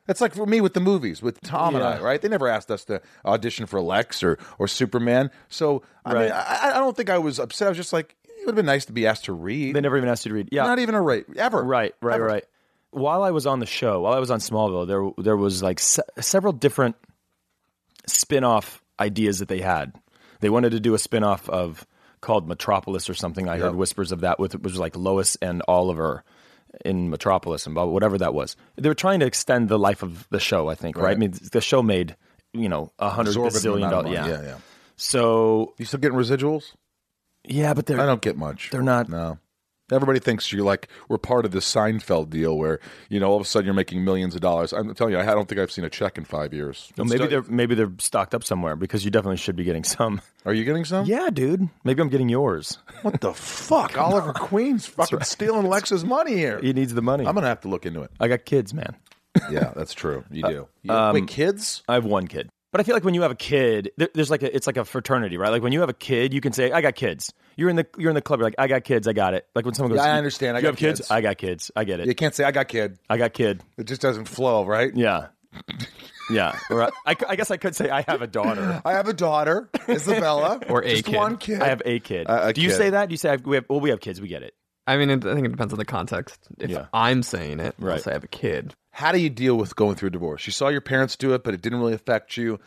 S1: That's like for me with the movies, with Tom and I, right? They never asked us to audition for Lex or, or Superman. So I mean,
S4: Right.
S1: I, I don't think I was upset. I was just like, it would have been nice to be asked to read.
S4: They never even asked you to read. Yeah,
S1: Not even a rate ever.
S4: Right, right,
S1: Ever.
S4: right. While I was on the show, while I was on Smallville, there there was like se- several different spin-off ideas that they had. They wanted to do a spin-off of called Metropolis or something. I heard whispers of that with it was like Lois and Oliver in Metropolis and blah, whatever that was. They were trying to extend the life of the show, I think, right? I mean, the show made, you know, a hundred
S1: Absorbent
S4: bazillion
S1: amount of
S4: dollars.
S1: money.
S4: Yeah.
S1: yeah, yeah.
S4: So,
S1: You still getting residuals?
S4: yeah, but they're
S1: I don't get much.
S4: They're not-
S1: No. Everybody thinks you're like we're part of this Seinfeld deal where you know all of a sudden you're making millions of dollars. I'm telling you, I don't think I've seen a check in five years.
S4: Well, maybe they're maybe they're stocked up somewhere because you definitely should be getting some.
S1: Are you getting some?
S4: Yeah, dude. Maybe I'm getting yours.
S1: What the fuck? Oliver Queen's fucking stealing Lex's money here.
S4: He needs the money.
S1: I'm gonna have to look into it.
S4: I got kids, man.
S1: Yeah, that's true. You do. You, um, wait, kids?
S4: I have one kid. But I feel like when you have a kid, there, there's like a, it's like a fraternity, right? Like when you have a kid, you can say, "I got kids." You're in the you're in the club. You're like, "I got kids. I got it." Like when someone goes,
S1: Yeah, I
S4: "You-
S1: understand. I
S4: you
S1: got
S4: have kids.
S1: kids."
S4: I got kids. I get it.
S1: You can't say I got kid.
S4: I got kid.
S1: It just doesn't flow, right?
S4: Yeah, yeah. Or I, I c- I guess I could say I have a daughter.
S1: I have a daughter, Isabella,
S2: Or a
S1: just
S2: kid.
S1: one kid.
S4: I have a kid.
S1: A- a
S4: Do you
S1: kid.
S4: say that? Do you say I have, we have? Well, we have kids. We get it.
S2: I mean, it, I think it depends on the context. If
S4: Yeah.
S2: I'm saying it, right.
S4: Right.
S2: I'll say I have a kid.
S1: How do you deal with going through a divorce? You saw your parents do it, but it didn't really affect you.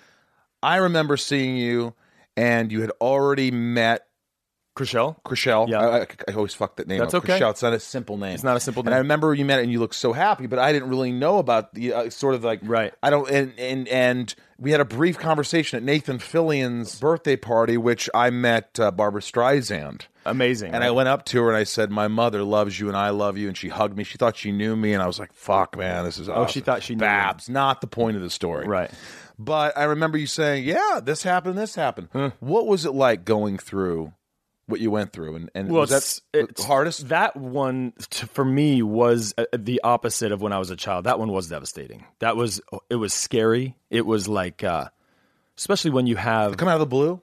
S1: I remember seeing you, and you had already met
S4: Chriselle,
S1: Chriselle.
S4: Yeah.
S1: I, I, I always fuck that name.
S4: That's
S1: up.
S4: okay.
S1: Chriselle. It's not a simple name.
S4: It's not a simple
S1: And I
S4: name.
S1: remember you met it and you looked so happy, but I didn't really know about the uh, sort of like
S4: Right.
S1: I don't and and and we had a brief conversation at Nathan Fillion's birthday party, which I met uh, Barbara Streisand.
S4: amazing.
S1: And I went up to her and I said, "My mother loves you, and I love you." And she hugged me. She thought she knew me, and I was like, "Fuck, man, this is." Oh,
S4: she thought she knew you.
S1: Babs, not the point of the story,
S4: Right.
S1: But I remember you saying, "Yeah, this happened, this happened." What was it like going through what you went through, and and was
S4: it's-
S1: that the
S4: it's-
S1: hardest?
S4: That one t- for me was uh, the opposite of when I was a child. That one was devastating. That was oh, it was scary. It was like, uh, especially when you have
S1: Come out of the blue,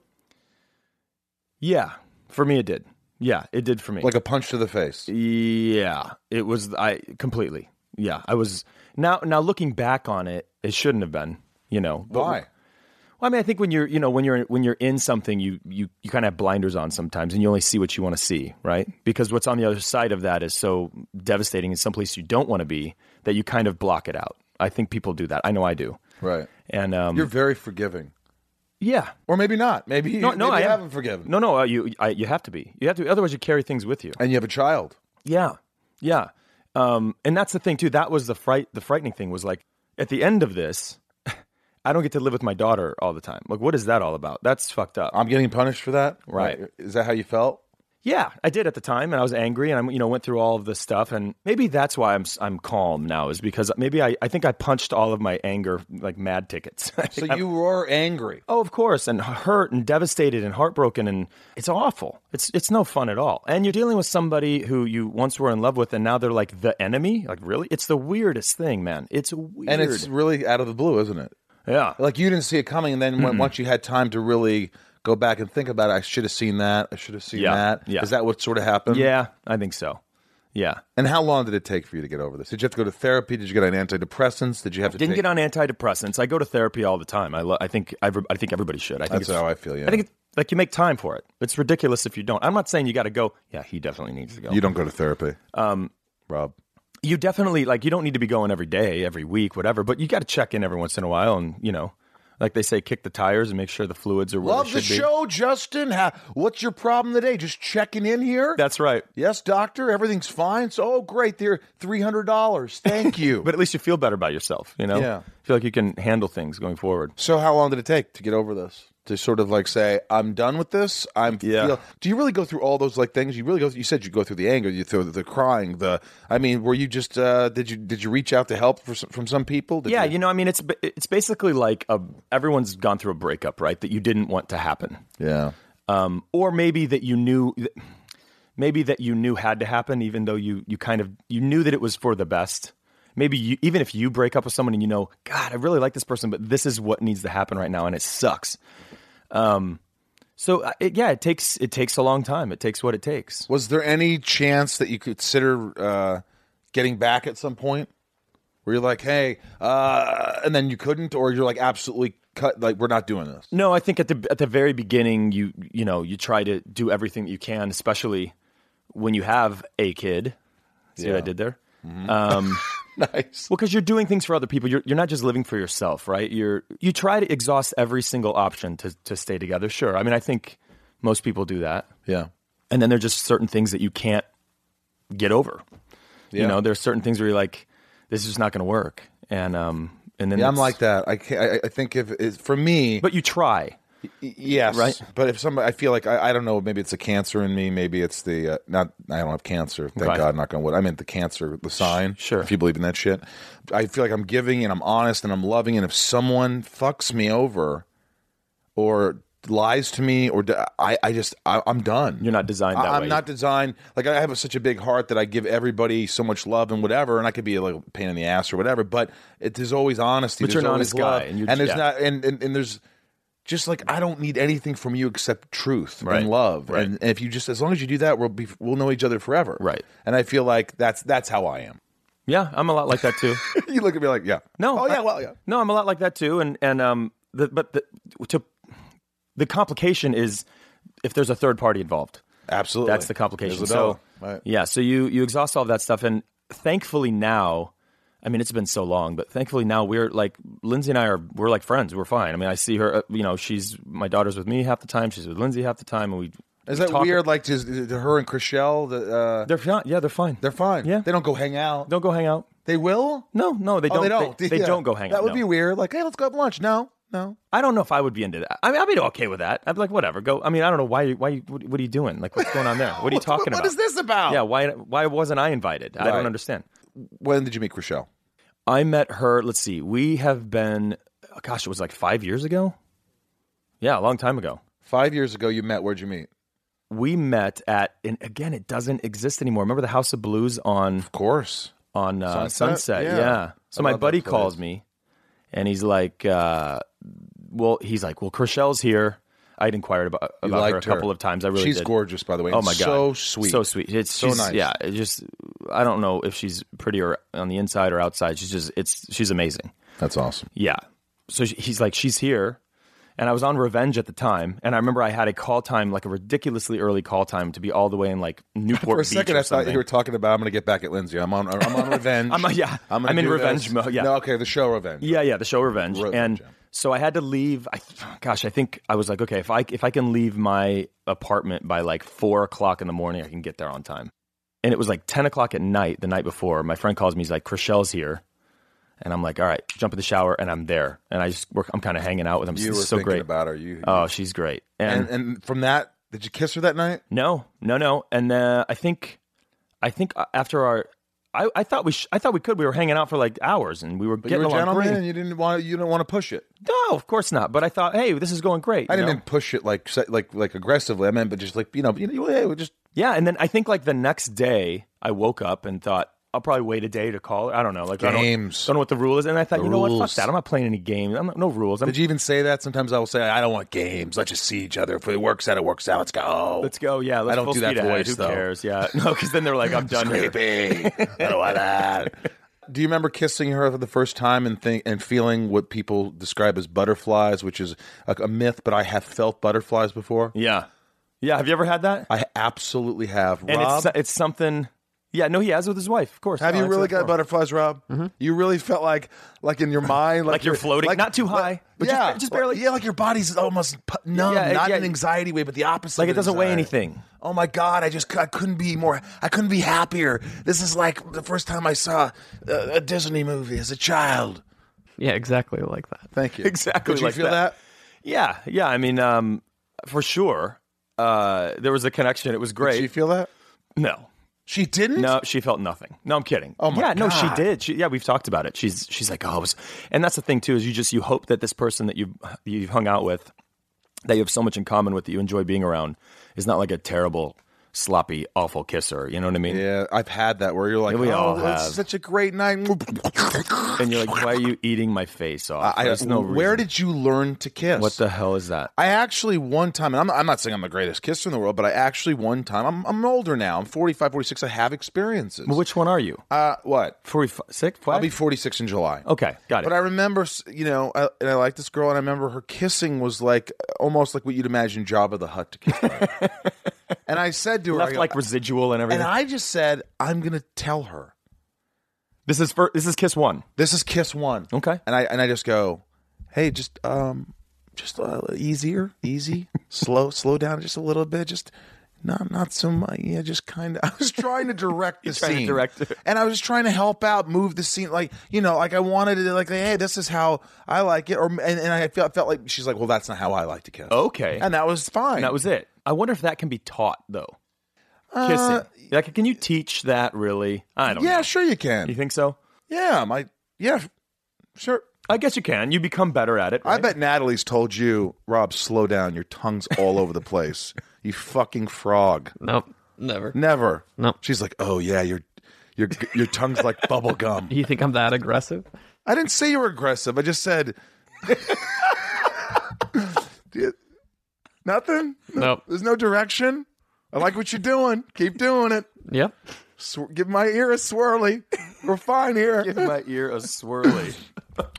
S4: yeah. For me, it did. Yeah, it did for me.
S1: like a punch to the face.
S4: yeah, it was. I completely. Yeah, I was now. Now looking back on it, it shouldn't have been. You know but-
S1: Why?
S4: Well, I mean, I think when you're, you know, when you're when you're in something, you you you kind of have blinders on sometimes, and you only see what you want to see, right? Because what's on the other side of that is so devastating in some place you don't want to be that you kind of block it out. I think people do that. I know I do.
S1: Right.
S4: And um,
S1: You're very forgiving,
S4: yeah,
S1: or maybe not. Maybe you-
S4: no, no,
S1: maybe
S4: I
S1: you
S4: am.
S1: haven't forgiven,
S4: No, no, uh, you I, you have to be. You have to. Otherwise, you carry things with you.
S1: and you have a child.
S4: Yeah, yeah. Um, and that's the thing too. That was the fright. The frightening thing was like at the end of this, I don't get to live with my daughter all the time. Like, what is that all about? That's fucked up.
S1: I'm getting punished for that.
S4: Right.
S1: Like, Is that how you felt?
S4: Yeah, I did at the time, and I was angry, and I you know went through all of this stuff, and maybe that's why I'm s- I'm calm now is because maybe I, I think I punched all of my anger like mad tickets. I think
S1: So
S4: I'm-
S1: you were angry.
S4: oh of course, and hurt and devastated and heartbroken, and it's awful. It's it's no fun at all, and you're dealing with somebody who you once were in love with, and now they're like the enemy. Like really, it's the weirdest thing, man. It's weird.
S1: And it's really out of the blue, isn't it?
S4: yeah,
S1: Like you didn't see it coming, and then when, once you had time to really go back and think about it, I should have seen that. I should have seen
S4: Yeah,
S1: that.
S4: yeah.
S1: Is that what sort of happened?
S4: yeah, I think so. Yeah.
S1: And how long did it take for you to get over this? Did you have to go to therapy? Did you get on antidepressants? Did you have to?
S4: Didn't
S1: take-
S4: get on antidepressants. I go to therapy all the time. I, lo- I think I, I think everybody should. I think
S1: That's
S4: it's-
S1: how I feel. Yeah.
S4: I think it's, like you make time for it. It's ridiculous if you don't. I'm not saying you got to go. Yeah, he definitely needs to go.
S1: you don't go to therapy, um, Rob.
S4: You definitely like you don't need to be going every day, every week, whatever. But you got to check in every once in a while, and you know, like they say, kick the tires and make sure the fluids are where
S1: Love
S4: they
S1: the
S4: should be.
S1: show, Justin. How, what's your problem today? Just checking in here.
S4: That's right.
S1: yes, doctor. Everything's fine. So oh, great. There, three hundred dollars. Thank you.
S4: But at least you feel better about yourself. You know,
S1: Yeah.
S4: feel like you can handle things going forward.
S1: so how long did it take to get over this? to sort of like say, I'm done with this. I'm
S4: Yeah.
S1: feel-" Do you really go through all those like things? You really go. Through, you said you go through the anger, you through the crying. The I mean, were you just uh, did you did you reach out to help for some, from some people? Did
S4: yeah,
S1: you,
S4: you know, I mean, it's ba- it's basically like a, everyone's gone through a breakup, right? That you didn't want to happen,
S1: yeah,
S4: um, or maybe that you knew, maybe that you knew had to happen, even though you you kind of you knew that it was for the best. Maybe you, even if you break up with someone and you know, God, I really like this person, but this is what needs to happen right now, and it sucks. Um, so uh, it, yeah, it takes it takes a long time. It takes what it takes.
S1: Was there any chance that you could consider uh, getting back at some point? Where you're like, hey, uh, and then you couldn't, or you're like, absolutely cut, like, we're not doing this.
S4: No, I think at the at the very beginning, you you know you try to do everything that you can, especially when you have a kid. See what I did there? Um,
S1: Nice.
S4: well, because you're doing things for other people, you're you're not just living for yourself, right? You're you try to exhaust every single option to to stay together. Sure, I mean I think most people do that,
S1: Yeah.
S4: and then there's just certain things that you can't get over.
S1: Yeah.
S4: You know, there's certain things where you're like, this is just not going to work, and um and then
S1: Yeah, I'm
S4: it's-
S1: like that. I can't, I, I think if it's for me,
S4: but you try.
S1: y- yes,
S4: right?
S1: But if somebody, I feel like I, I don't know. Maybe it's a cancer in me. Maybe it's the uh, not. I don't have cancer. Thank
S4: Okay.
S1: God. Knock on wood. I meant the cancer, the sign.
S4: sure.
S1: If you believe in that shit, I feel like I'm giving and I'm honest and I'm loving. And if someone fucks me over, or lies to me, or d- I, I just I, I'm done.
S4: You're not designed that
S1: I,
S4: way.
S1: I'm not designed like I have a, such a big heart that I give everybody so much love and whatever, and I could be like a pain in the ass or whatever. But it, there's always honesty.
S4: But you're
S1: there's
S4: an
S1: always
S4: honest guy,
S1: love,
S4: and you're-
S1: there's
S4: yeah.
S1: not and, and and there's just like I don't need anything from you except truth
S4: Right.
S1: and love.
S4: Right.
S1: And, and if you just as long as you do that, we'll be we'll know each other forever.
S4: Right.
S1: And I feel like that's that's how I am.
S4: Yeah, I'm a lot like that too.
S1: you look at me like yeah.
S4: No.
S1: Oh yeah.
S4: I-
S1: Well yeah.
S4: No, I'm a lot like that too. And and um, the, but the to the complication is if there's a third party involved.
S1: Absolutely.
S4: That's the complication.
S1: There's a
S4: So
S1: dollar. Right.
S4: yeah, so you you exhaust all of that stuff, and thankfully now, I mean, it's been so long, but thankfully now we're like Lindsay and I are we're like friends. We're fine. I mean, I see her. uh, You know, she's my daughter's with me half the time. She's with Lindsay half the time, and we.
S1: Is
S4: we
S1: that
S4: talk-
S1: weird? Like just uh, her and Chriselle, the, uh,
S4: They're fine. Yeah, they're fine.
S1: they're fine.
S4: Yeah.
S1: They don't go hang out.
S4: Don't go hang out.
S1: They will.
S4: No, no, they don't.
S1: Oh, they don't.
S4: They, they
S1: Yeah.
S4: don't go hang out.
S1: That would
S4: no.
S1: be weird. Like, hey, let's go have lunch. No, no.
S4: I don't know if I would be into that. I mean, I'd be okay with that. I'd be like, whatever, go. I mean, I don't know why. Why? What, what are you doing? Like, what's going on there? What are you talking about?
S1: What is this about?
S4: Yeah. Why? Why wasn't I invited? I
S1: Right.
S4: don't understand.
S1: When did you meet Rochelle?
S4: I met her. Let's see. We have been. oh, Gosh, it was like five years ago. Yeah, a long time ago.
S1: Five years ago, you met. Where'd you meet?
S4: We met at, and again, it doesn't exist anymore. Remember the House of Blues on
S1: Of course.
S4: on uh,
S1: Sunset?
S4: Sunset.
S1: Yeah.
S4: Yeah.
S1: I
S4: So my
S1: love
S4: buddy
S1: that place.
S4: calls me, and he's like, uh, "Well, he's like, well, Chriselle's here." I'd inquired about,
S1: You
S4: about her a
S1: liked her.
S4: couple of times. I really
S1: she's
S4: did.
S1: gorgeous, by the way.
S4: Oh
S1: and
S4: my god,
S1: so sweet,
S4: so sweet. It's
S1: So
S4: she's-
S1: nice.
S4: Yeah, it just I don't know if she's prettier on the inside or outside. She's just it's she's amazing.
S1: That's awesome.
S4: Yeah. So she- he's like, she's here. And I was on Revenge at the time. And I remember I had a call time, like a ridiculously early call time to be all the way in like Newport
S1: For a
S4: Beach
S1: second,
S4: or
S1: I thought
S4: something.
S1: you were talking about. I'm going to get back at Lindsay. I'm on. I'm on revenge.
S4: I'm, uh, yeah.
S1: gonna
S4: I'm in
S1: do
S4: revenge
S1: this.
S4: mode, yeah.
S1: No. Okay. The show revenge.
S4: Yeah, yeah, the show Revenge.
S1: Revenge,
S4: and
S1: yeah.
S4: so I had to leave. I, gosh, I think I was like, okay, if I if I can leave my apartment by like four o'clock in the morning, I can get there on time. And it was like ten o'clock at night the night before. My friend calls me. He's like, Chriselle's here, and I'm like, all right, jump in the shower, and I'm there. And I just work. I'm kind of hanging out with him.
S1: You
S4: It's
S1: were
S4: so
S1: thinking
S4: great.
S1: about her. You.
S4: oh, she's great.
S1: and and from that, did you kiss her that night?
S4: No, no, no. And uh, I think, I think uh, after our, I, I thought we, sh- I thought we could. We were hanging out for like hours, and we were
S1: But you
S4: getting
S1: were a
S4: along
S1: gentleman,
S4: great.
S1: and you didn't want. You didn't want to push it.
S4: No, Oh, of course not. But I thought, hey, this is going great.
S1: I
S4: you
S1: didn't
S4: know?
S1: mean push it like se- like like aggressively. I meant, but just like you know, you know, hey, we just
S4: yeah. And then I think like the next day, I woke up and thought. I'll probably wait a day to call her. I don't know. Like I don't,
S1: Games.
S4: don't know what the rule is. And I thought, you know what?
S1: rules.
S4: Fuck that. I'm not playing any games. I'm not, no rules. I'm,
S1: Did you even say that? Sometimes I will say, I don't want games. Let's just see each other. If it works out, it works out. Let's go.
S4: let's go. Yeah. Let's
S1: I don't
S4: full
S1: do that
S4: speed ahead.
S1: voice,
S4: Who
S1: though.
S4: cares? Yeah. No, because then they're like, I'm done here.
S1: Creepy. I don't want that. Do you remember kissing her for the first time and think and feeling what people describe as butterflies, which is a, a myth, but I have felt butterflies before.
S4: Yeah. Yeah. Have you ever had that?
S1: I absolutely have.
S4: and
S1: Rob,
S4: it's it's something. Yeah, no, he has with his wife, of course.
S1: have
S4: No,
S1: you
S4: Oh, that's
S1: really
S4: what
S1: got
S4: it's for.
S1: butterflies, Rob? You really felt like like in your mind, like,
S4: Like you're floating, not too high, but just-
S1: yeah,
S4: just barely.
S1: Yeah, like your body's almost pu- numb,
S4: Yeah,
S1: not
S4: yeah.
S1: in an anxiety way, but the opposite.
S4: Like it
S1: of
S4: doesn't weigh
S1: anxiety.
S4: anything.
S1: Oh my God! I just I couldn't be more. I couldn't be happier. This is like the first time I saw a, a Disney movie as a child.
S2: Yeah, exactly like that.
S1: Thank you.
S4: Exactly
S1: Did you
S4: like
S1: feel that?
S4: that. Yeah, yeah. I mean, um, for sure, uh, there was a connection. It was great.
S1: Did you feel that?
S4: no,
S1: She didn't.
S4: no, she felt nothing. No, I'm kidding. Oh
S1: my
S4: yeah, no, she
S1: God.
S4: did. She, yeah, we've talked about it. She's she's like, oh, it was, and that's the thing too is you just you hope that this person that you you've hung out with, that you have so much in common with that you enjoy being around, is not like a terrible, sloppy, awful kisser. You know what I mean?
S1: Yeah, I've had that where you're like,
S4: Yeah, we
S1: oh,
S4: all
S1: it's
S4: have.
S1: such a great night.
S4: And you're like, why are you eating my face off?
S1: I,
S4: There's no
S1: where
S4: reason.
S1: did you learn to kiss?
S4: What the hell is that?
S1: I actually one time, and I'm, I'm not saying I'm the greatest kisser in the world, but I actually one time, I'm, I'm older now. I'm 45, 46. I have experiences.
S4: Which one are you?
S1: uh, what?
S4: Forty fi- six?
S1: I'll be 46 in July.
S4: okay, got it.
S1: But I remember, you know, I, and I like this girl, and I remember her kissing was like almost like what you'd imagine Jabba the Hutt to kiss. like. and I said to her, I
S4: Left
S1: go-
S4: like residual and everything.
S1: and I just said, I'm gonna tell her
S4: this is for this is kiss one.
S1: this is kiss one.
S4: Okay.
S1: and I and I just go, hey, just um, just uh, easier, easy, slow, slow down just a little bit, just not not so much. Yeah, just kind of. I was trying to direct the
S4: You're trying to
S1: scene,
S4: direct it.
S1: and I was just trying to help out, move the scene, like you know, like I wanted to, like, hey, this is how I like it, or and, and I felt felt like she's like, well, that's not how I like to kiss.
S4: Okay.
S1: and that was fine.
S4: And that was it. I wonder if that can be taught though. Kissing. Like, can you teach that really? I don't
S1: Uh, yeah,
S4: know.
S1: sure you can.
S4: You think so?
S1: yeah, my yeah, sure.
S4: I guess you can. You become better at it.
S1: I
S4: right?
S1: bet Natalie's told you, Rob, slow down. Your tongue's all over the place. You fucking frog.
S2: Nope, never.
S1: Never.
S2: No.
S1: She's like, oh yeah, your your your tongue's like bubble gum.
S2: You think I'm that aggressive?
S1: I didn't say you were aggressive. I just said nothing.
S2: Nope.
S1: There's no direction. I like what you're doing. Keep doing it.
S2: Yep.
S1: Sw- give my ear a swirly. We're fine here.
S4: Give my ear a swirly.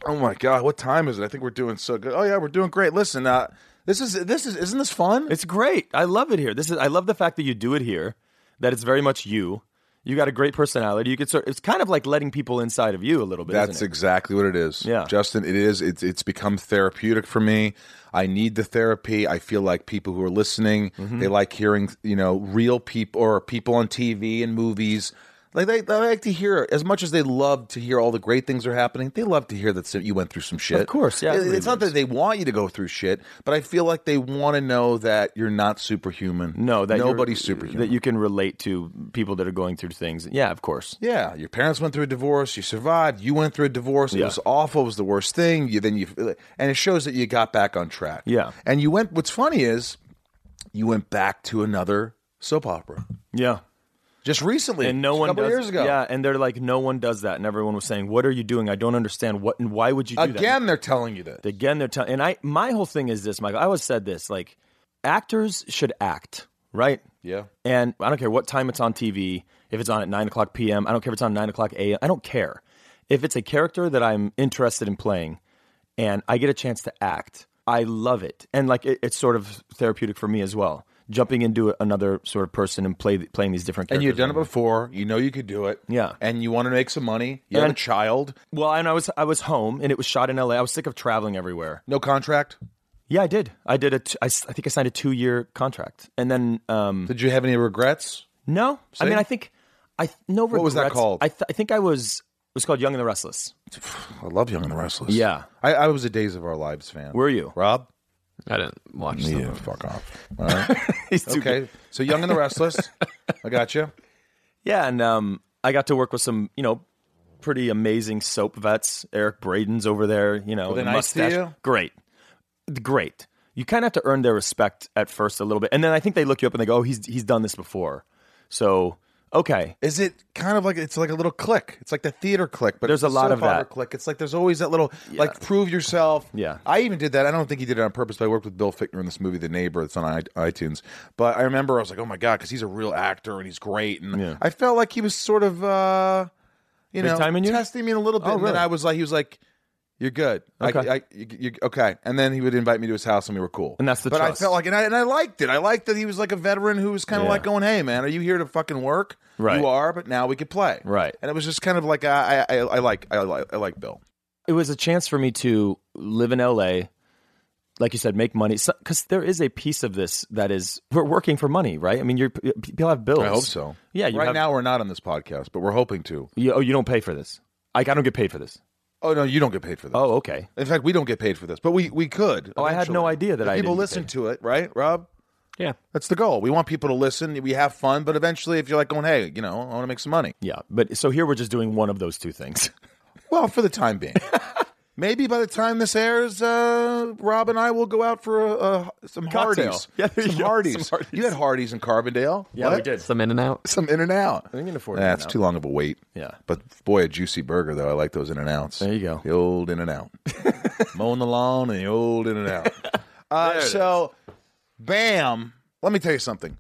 S1: Oh my god, what time is it? I think we're doing so good. Oh yeah, we're doing great. Listen, uh, this is this is isn't this fun?
S4: it's great. I love it here. This is. I love the fact that you do it here. That it's very much you. You got a great personality. You could sort. It's kind of like letting people inside of you a little bit.
S1: That's
S4: isn't it?
S1: exactly what it is.
S4: Yeah.
S1: Justin, it is. It's it's become therapeutic for me. I need the therapy. I feel like people who are listening,
S4: Mm-hmm.
S1: they like hearing, you know, real people or people on TV and movies. Like they, they like to hear as much as they love to hear all the great things that are happening. They love to hear that you went through some shit.
S4: Of course, yeah,
S1: It-
S4: everybody
S1: it's not that they want you to go through shit, but I feel like they want to know that you're not superhuman.
S4: no, that you're-
S1: nobody's superhuman.
S4: That you can relate to people that are going through things. Yeah, of course.
S1: Yeah, your parents went through a divorce. You survived. You went through a divorce. It
S4: Yeah.
S1: was awful. It was the worst thing. You then you and it shows that you got back on track.
S4: Yeah.
S1: and you went. What's funny is you went back to another soap opera
S4: Yeah.
S1: just recently,
S4: and no
S1: just
S4: one
S1: a couple
S4: does,
S1: years ago.
S4: Yeah, and they're like, no one does that, and everyone was saying, "What are you doing? I don't understand. What and why would you do
S1: again, they're telling you that.
S4: that?" Again, they're telling. And I, my whole thing is this, Michael. I always said this: like, actors should act, right?
S1: yeah,
S4: And I don't care what time it's on TV. If it's on at nine o'clock p.m., I don't care if it's on nine o'clock a.m. I don't care. If it's a character that I'm interested in playing, and I get a chance to act, I love it. And like, it, it's sort of therapeutic for me as well. Jumping into another sort of person and play playing these different characters.
S1: and you've done it before. You know you could do it.
S4: Yeah.
S1: and you want to make some money. You have a
S4: And-
S1: child.
S4: Well, and I was I was home, and it was shot in L.A. I was sick of traveling everywhere.
S1: No contract.
S4: Yeah, I did. I did a. T- I, s- I think I signed a two year contract, and then um
S1: Did you have any regrets?
S4: no, I mean I think I th- no regrets.
S1: was that called?
S4: I, th- I think I was it was called Young and the Restless.
S1: I love Young and the Restless.
S4: Yeah.
S1: I, I was a Days of Our Lives fan.
S4: Were you?
S1: Rob?
S2: I didn't watch yeah.
S1: Yeah, fuck off. All right.
S4: He's too
S1: Okay,
S4: good.
S1: so Young and the Restless. I got you.
S4: Yeah, and um I got to work with some you know pretty amazing soap vets. Eric Braden's over there. You know,
S1: they
S4: the
S1: nice to
S4: mustache.
S1: you?
S4: Great, great. You kind of have to earn their respect at first a little bit, and then I think they look you up and they go, "Oh, he's he's done this before." So okay,
S1: Is it kind of like it's like a little click? It's like the theater click, but
S4: There's
S1: it's
S4: a lot
S1: soap
S4: of that.
S1: opera click. It's like there's always that little like prove yourself.
S4: Yeah.
S1: I even did that. I don't think he did it on purpose, but I worked with Bill Fickner in this movie, The Neighbor. That's on i- iTunes. But I remember I was like, oh my god, because he's a real actor and he's great, and
S4: Yeah.
S1: I felt like he was sort of uh, you know
S4: timing you?
S1: testing me a little bit,
S4: Oh,
S1: and then
S4: really?
S1: I was like, he was like. You're good.
S4: Okay.
S1: I, I, you, you, okay. And then he would invite me to his house, and we were cool.
S4: And that's the
S1: But
S4: trust.
S1: I felt like, and I and I liked it. I liked that he was like a veteran who was kind of
S4: Yeah.
S1: like going, "Hey, man, are you here to fucking work?
S4: Right.
S1: You are, but now we could play.
S4: Right.
S1: And it was just kind of like I I, I, I like I like I like Bill.
S4: it was a chance for me to live in LA, like you said, make money. Because there is a piece of this that is we're working for money, right? I mean, you're p- people have bills.
S1: I hope so.
S4: Yeah, you
S1: right
S4: have-
S1: now we're not on this podcast, but we're hoping to.
S4: You, oh, you don't pay for this. Like I don't get paid for this.
S1: Oh no, you don't get paid for this.
S4: Oh, okay.
S1: In fact, we don't get paid for this, but we we could.
S4: Oh, I had no
S1: eventually.
S4: idea that
S1: If
S4: I
S1: people
S4: didn't get
S1: listen
S4: paid.
S1: to it, right, Rob?
S2: Yeah.
S1: That's the goal. We want people to listen. We have fun, but eventually, if you're like going, hey, you know, I want to make some money.
S4: Yeah, but so here we're just doing one of those two things.
S1: Well, for the time being. Maybe by the time this airs, uh, Rob and I will go out for uh, some
S4: Cocktail.
S1: Hardee's.
S4: Yeah, there
S1: some,
S4: you go.
S1: Hardee's.
S4: Some Hardee's.
S1: You had Hardee's in Carbondale. What?
S2: Some in and out.
S1: Some In and Out.
S4: I can afford
S1: That's
S4: In-N-Out.
S1: too long of a wait.
S4: Yeah.
S1: But boy, a juicy burger though. I like those In and Outs.
S4: There you go.
S1: The old In and Out. Mowing the lawn and the old In and Out. Uh, so, bam. Let me tell you something.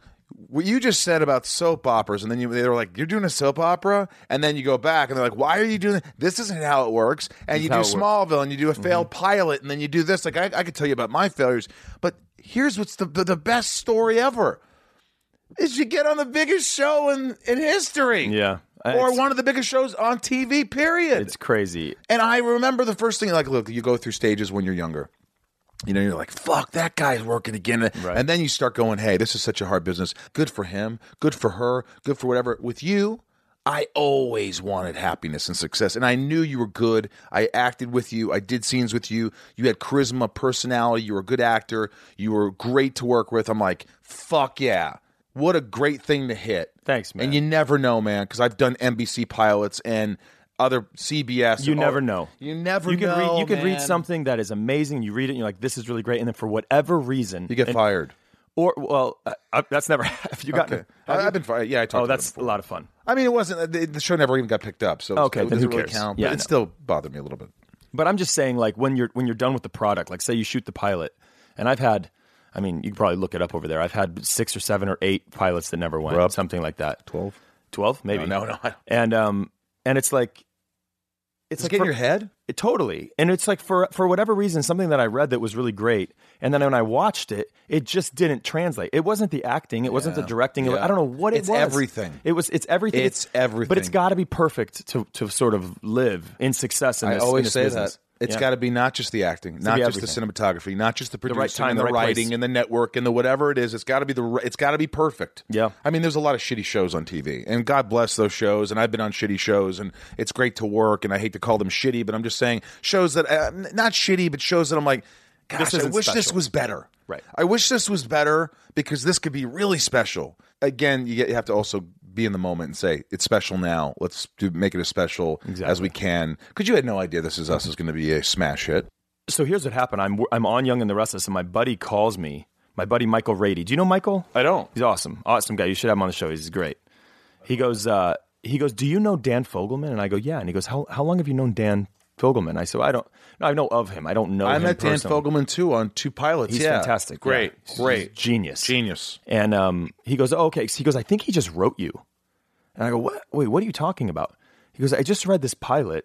S1: What you just said about soap operas, and then you, they were like, "You're doing a soap opera," and then you go back, and they're like, "Why are you doing this? Isn't how it works." And you do
S2: how it works.
S1: Smallville, and you do a failed pilot, and then you do this. Like I, I could tell you about my failures, but here's what's the the, the best story ever is you get on the biggest show in, in history.
S4: Yeah.
S1: Or
S4: It's-
S1: one of the biggest shows on TV, period.
S4: It's crazy.
S1: and I remember the first thing, like, look, you go through stages when you're younger. You know, you're like, fuck, that guy's working again. And then you start going, hey, this is such a hard business. Good for him, good for her, good for whatever. With you, I always wanted happiness and success. And I knew you were good. I acted with you. I did scenes with you. You had charisma, personality. You were a good actor. You were great to work with. I'm like, fuck yeah. What a great thing to hit.
S4: Thanks, man.
S1: And you never know, man, because I've done NBC pilots and other CBS.
S4: You
S1: and all-
S4: never know.
S1: oh, You never
S4: you can
S1: know.
S4: read, you can read
S1: man.
S4: something that is amazing. You read it, and you're like, "This is really great," and then for whatever reason,
S1: You get
S4: and-
S1: fired.
S4: Or well, uh, uh, that's never. Have you gotten?
S1: Okay. I, I've been fired. Yeah, I talked. about
S4: Oh,
S1: it
S4: that's a
S1: before.
S4: lot of fun.
S1: I mean, it wasn't. The, the show never even got picked up, so
S4: Okay,
S1: it
S4: then
S1: doesn't
S4: who
S1: really
S4: cares?
S1: count.
S4: Yeah,
S1: but
S4: I
S1: it
S4: know.
S1: still bothered me a little bit.
S4: But I'm just saying, like when you're when you're done with the product, like say you shoot the pilot, and I've had, I mean, you can probably look it up over there. I've had six or seven or eight pilots that never went,
S1: Rob?
S4: something like that.
S1: Twelve.
S4: Twelve, maybe.
S1: No, no, no.
S4: And um, and it's like,
S1: It's
S4: it's like
S1: like in
S4: for-
S1: your head.
S4: It- totally. And it's like for for whatever reason, something that I read that was really great, and then when I watched it, it just didn't translate. It wasn't the acting, it wasn't the directing.
S1: Yeah.
S4: I don't know what it
S1: It's
S4: was.
S1: everything.
S4: It was. It's everything.
S1: It's
S4: But it's
S1: everything.
S4: got to be perfect to to sort of live in success. In
S1: I
S4: this, in
S1: always
S4: this
S1: say
S4: business.
S1: that. it's
S4: Yeah.
S1: got to be not just the acting, not
S4: be
S1: just the cinematography, not just the producing,
S4: right time,
S1: and the,
S4: the right
S1: writing,
S4: place.
S1: and the network, and the whatever it is. It's got to be the. ri- It's got to be perfect.
S4: Yeah.
S1: I mean, there's a lot of shitty shows on TV, and God bless those shows. And I've been on shitty shows, and it's great to work. And I hate to call them shitty, but I'm just saying shows that uh, n- not shitty, but shows that I'm like, gosh, I
S4: isn't
S1: wish this
S4: special.
S1: was better.
S4: Right.
S1: I wish this was better because this could be really special. Again, you, get, you have to also be in the moment and say it's special now. Let's do, make it as special as we can. Because you had no idea this is us is going to be a smash hit.
S4: So here's what happened. I'm I'm on Young and the Restless, and my buddy calls me. My buddy Michael Rady. Do you know Michael? I don't. He's awesome, awesome guy. You should have him on the show. He's great. He goes. Uh, he goes. Do you know Dan Fogelman? And I go, yeah. And he goes, how how long have you known Dan Fogelman? I said, I don't. No, I know of him. I don't know.
S1: I
S4: him
S1: met Dan
S4: personally.
S1: Fogelman too on two pilots.
S4: He's
S1: Yeah.
S4: fantastic.
S1: Great,
S4: Yeah. He's-
S1: great,
S4: he's genius,
S1: genius.
S4: And um, he goes, oh, okay. So he goes, I think he just wrote you. And I go, what? Wait, what are you talking about? He goes, I just read this pilot.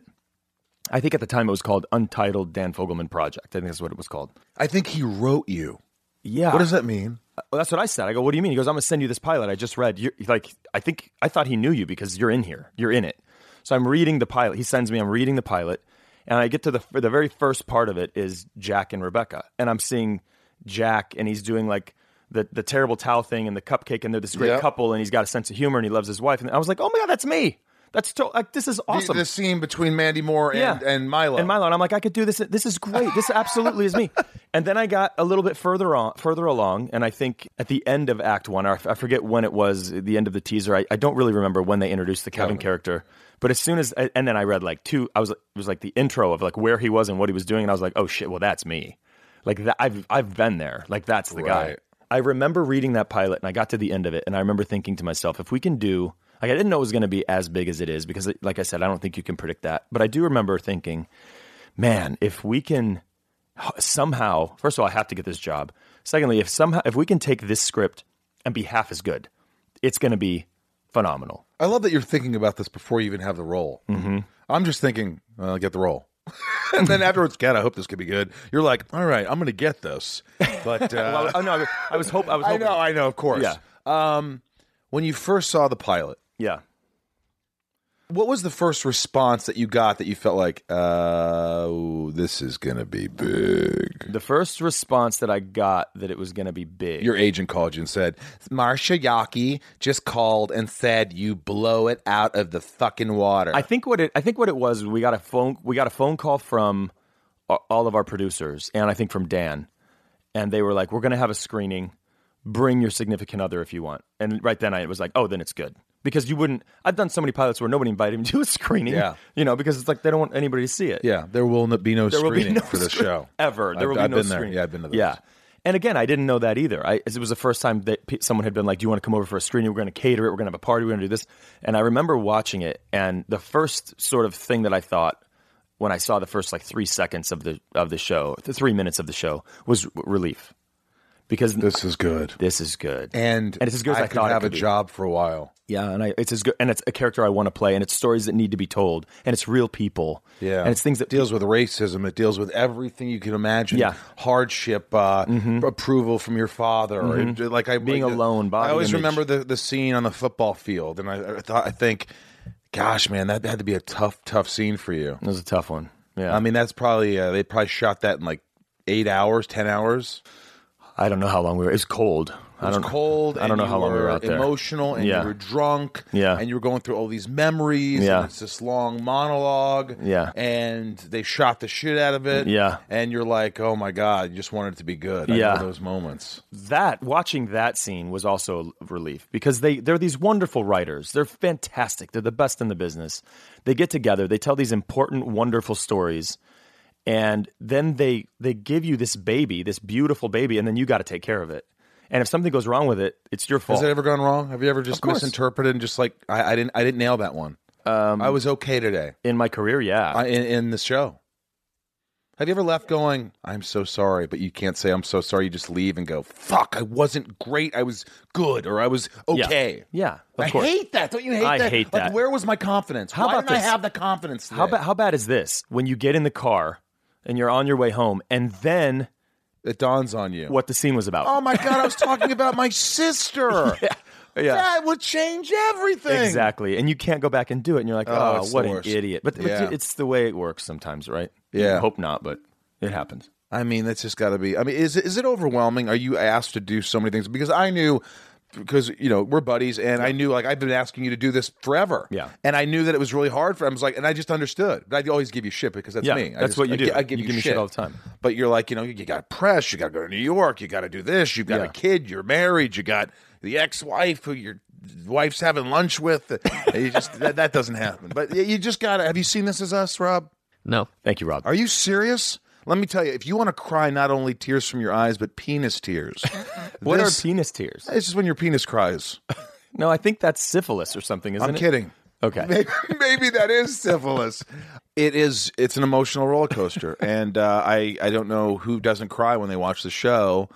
S4: I think at the time it was called Untitled Dan Fogelman Project. I think that's what it was called.
S1: I think he wrote you.
S4: Yeah.
S1: What does that mean?
S4: Well, that's what I said. I go, what do you mean? He goes, I'm gonna send you this pilot. I just read. You're like, I think I thought he knew you because you're in here. You're in it. So I'm reading the pilot. He sends me. I'm reading the pilot, and I get to the the very first part of it is Jack and Rebecca, and I'm seeing Jack, and he's doing like the the terrible towel thing and the cupcake, and they're this great
S1: Yep.
S4: couple, and he's got a sense of humor, and he loves his wife, and I was like, oh my god, that's me. That's to- like this is
S1: The-
S4: awesome.
S1: The, scene between Mandy Moore and, and Milo.
S4: And Milo. And I'm like, I could do this. This is great. This absolutely is me. And then I got a little bit further on, further along, and I think at the end of Act One, or I f- I forget when it was, the end of the teaser. I, I don't really remember when they introduced the Kevin character. But as soon as, and then I read like two, I was it was like the intro of like where he was and what he was doing, and I was like, oh shit, well that's me. Like that, I've I've been there. Like that's the guy.
S1: Right.
S4: I remember reading that pilot and I got to the end of it and I remember thinking to myself, if we can do, like, I didn't know it was going to be as big as it is because, like I said, I don't think you can predict that. But I do remember thinking, man, if we can h- somehow, first of all, I have to get this job. Secondly, if somehow, if we can take this script and be half as good, it's going to be phenomenal.
S1: I love that you're thinking about this before you even have the role. Mm-hmm. I'm just thinking, well, get the role. and then afterwards, God, I hope this could be good. You're like, all right, I'm going to get this. But uh,
S4: oh, no, I, I was hope I was
S1: I
S4: hoping.
S1: know, I know, of course.
S4: Yeah.
S1: Um, when you first saw the pilot,
S4: Yeah.
S1: What was the first response that you got that you felt like, uh, ooh, this is gonna be big?
S4: The first response that I got that it was going to be big.
S1: Your agent called you and said, Marsha Yaki just called and said you blow it out of the fucking water.
S4: I think what it I think what it was we got a phone we got a phone call from a- all of our producers and I think from Dan and they were like we're going to have a screening bring your significant other if you want and right then I was like oh then it's good because you wouldn't I've done so many pilots where nobody invited me to a screening
S1: Yeah.
S4: you know because it's like they don't want anybody to see it
S1: yeah, there will not be no
S4: there will be
S1: screening
S4: no
S8: for this
S4: screen-
S8: show.
S4: ever.
S1: I've-
S4: There will be
S1: I've
S4: no
S1: been there.
S4: screen.
S1: Yeah, I've been to those.
S4: Yeah, and again, I didn't know that either. I it was the first time that pe- someone had been like, "Do you want to come over for a screening? We're going to cater it. We're going to have a party. We're going to do this." And I remember watching it, and the first sort of thing that I thought when I saw the first like three seconds of the of the show, the three minutes of the show, was r- relief because
S8: This is good.
S4: this is good,
S1: and,
S4: and it's as good as I,
S1: could
S4: thought
S1: have
S4: it
S1: a
S4: could be.
S1: job for a while.
S4: Yeah, and I, it's as good, and it's a character I want to play, and it's stories that need to be told, and it's real people,
S1: Yeah,
S4: and it's things that
S1: deals with racism. It deals with everything you can imagine.
S4: Yeah.
S1: hardship, uh, approval from your father, or like I
S4: Being
S1: like,
S4: alone, body
S1: I always
S4: image.
S1: remember the the scene on the football field, and I, I thought, I think, gosh, man, that had to be a tough, tough scene for you.
S4: it was a tough one. Yeah,
S1: I mean, that's probably uh, they probably shot that in like eight hours, ten hours.
S4: I don't know how long we were. It was cold. I
S1: It
S4: don't
S1: was cold.
S4: I don't
S1: and
S4: know
S1: you
S4: how long we were out there.
S1: Emotional, and
S4: Yeah.
S1: you were drunk.
S4: Yeah.
S1: and you were going through all these memories.
S4: Yeah.
S1: and it's this long monologue.
S4: Yeah.
S1: and they shot the shit out of it.
S4: Yeah.
S1: and you're like, oh my god, you just wanted it to be good. I
S4: Yeah.
S1: know those moments.
S4: That watching that scene was also a relief because they they're these wonderful writers. They're fantastic. They're the best in the business. They get together. They tell these important, wonderful stories, and then they they give you this baby, this beautiful baby, and then you got to take care of it. And if something goes wrong with it, it's your fault.
S1: Has it ever gone wrong? Have you ever just
S4: course.
S1: misinterpreted and just like I, I didn't? I didn't nail that one. Um, I was okay today
S4: in my career, yeah.
S1: I, in, in the show. Have you ever left going, I'm so sorry, but you can't say I'm so sorry. You just leave and go, fuck, I wasn't great. I was good or I was
S4: yeah.
S1: okay.
S4: Yeah. Of
S1: I
S4: course.
S1: hate that. Don't you hate
S4: I
S1: that?
S4: hate
S1: like,
S4: that.
S1: Where was my confidence?
S4: How
S1: Why
S4: about
S1: didn't
S4: this?
S1: I have the confidence? Today?
S4: How bad how bad is this when you get in the car and you're on your way home and then
S1: it dawns on you?
S4: what the scene was about?
S1: Oh my god, I was talking about my sister. That would change everything.
S4: Exactly. And you can't go back and do it. And you're like,
S1: Oh,
S4: oh,
S1: it's
S4: what
S1: the
S4: an
S1: worst.
S4: idiot. But, but
S1: Yeah.
S4: it's the way it works sometimes, right?
S1: Yeah.
S4: Hope not, but it happens.
S1: I mean, that's just got to be. I mean, is it- is it overwhelming? Are you asked to do so many things? Because I knew, because you know we're buddies, and I knew like I've been asking you to do this forever.
S4: Yeah.
S1: and I knew that it was really hard for. I was like, and I just understood. I always give you shit because that's
S4: Yeah,
S1: me. I
S4: that's
S1: just-
S4: what you
S1: I,
S4: do.
S1: gi- I give
S4: You
S1: you,
S4: give me shit all the time.
S1: But you're like, you know, you, got to press. You got to go to New York. You got to do this. You've got
S4: Yeah.
S1: a kid. You're married. You got the ex-wife who your wife's having lunch with. you just that, that doesn't happen. But you just got to. Have you seen this as us, Rob?
S2: No.
S4: Thank you, Rob.
S1: Are you serious? Let me tell you, if you want to cry not only tears from your eyes, but penis tears.
S4: what
S1: this-
S4: are penis tears?
S1: It's just when your penis cries.
S4: No, I think that's syphilis or something, isn't
S1: I'm
S4: it?
S1: kidding.
S4: Okay.
S1: Maybe, maybe that is syphilis. It is. It's an emotional roller coaster, and uh, I I don't know who doesn't cry when they watch the show,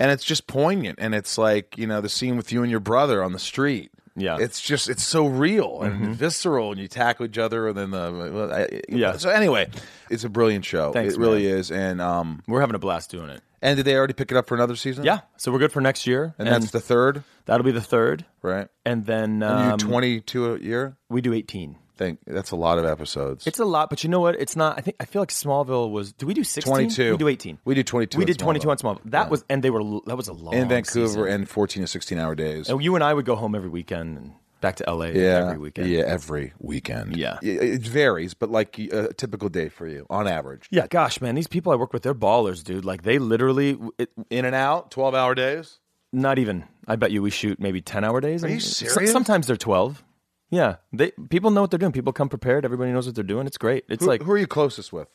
S1: and it's just poignant. And it's like you know the scene with you and your brother on the street.
S4: Yeah. Mm-hmm.
S1: it's just it's so real and visceral, and you tackle each other, and then the well, I,
S4: Yeah.
S1: So anyway, it's a brilliant show.
S4: Thanks,
S1: it really is, and um,
S4: We're having a blast doing it.
S1: And did they already pick it up for another season?
S4: Yeah. So we're good for next year.
S1: And, that's the third,
S4: that'll be the third.
S1: right?
S4: And
S1: And
S4: then um,
S1: you do 22 a year?
S4: we do 18.
S1: Think that's a lot of episodes.
S4: It's a lot, but you know what? It's not. I think I feel like Smallville was. Do we do 16?
S1: 22.
S4: We do 18.
S1: We did 22
S4: We
S1: on
S4: did 22 on
S1: Smallville.
S4: Smallville. That was, and they were. l- That was a long.
S1: in Vancouver
S4: season.
S1: and 14 to 16 hour days.
S4: And you and I would go home every weekend and back to LA
S1: yeah,
S4: every weekend.
S1: Yeah, every weekend.
S4: Yeah.
S1: it, it varies, but like a typical day for you on average.
S4: Yeah, gosh, man, these people I work with, they're ballers, dude. Like they literally, it,
S1: In and out, 12 hour days.
S4: not even. I bet you we shoot maybe ten hour days. Are
S1: you serious?
S4: sometimes they're twelve. Yeah, they people know what they're doing. People come prepared. Everybody knows what they're doing. It's great. It's
S1: Who,
S4: like
S1: who are you closest with?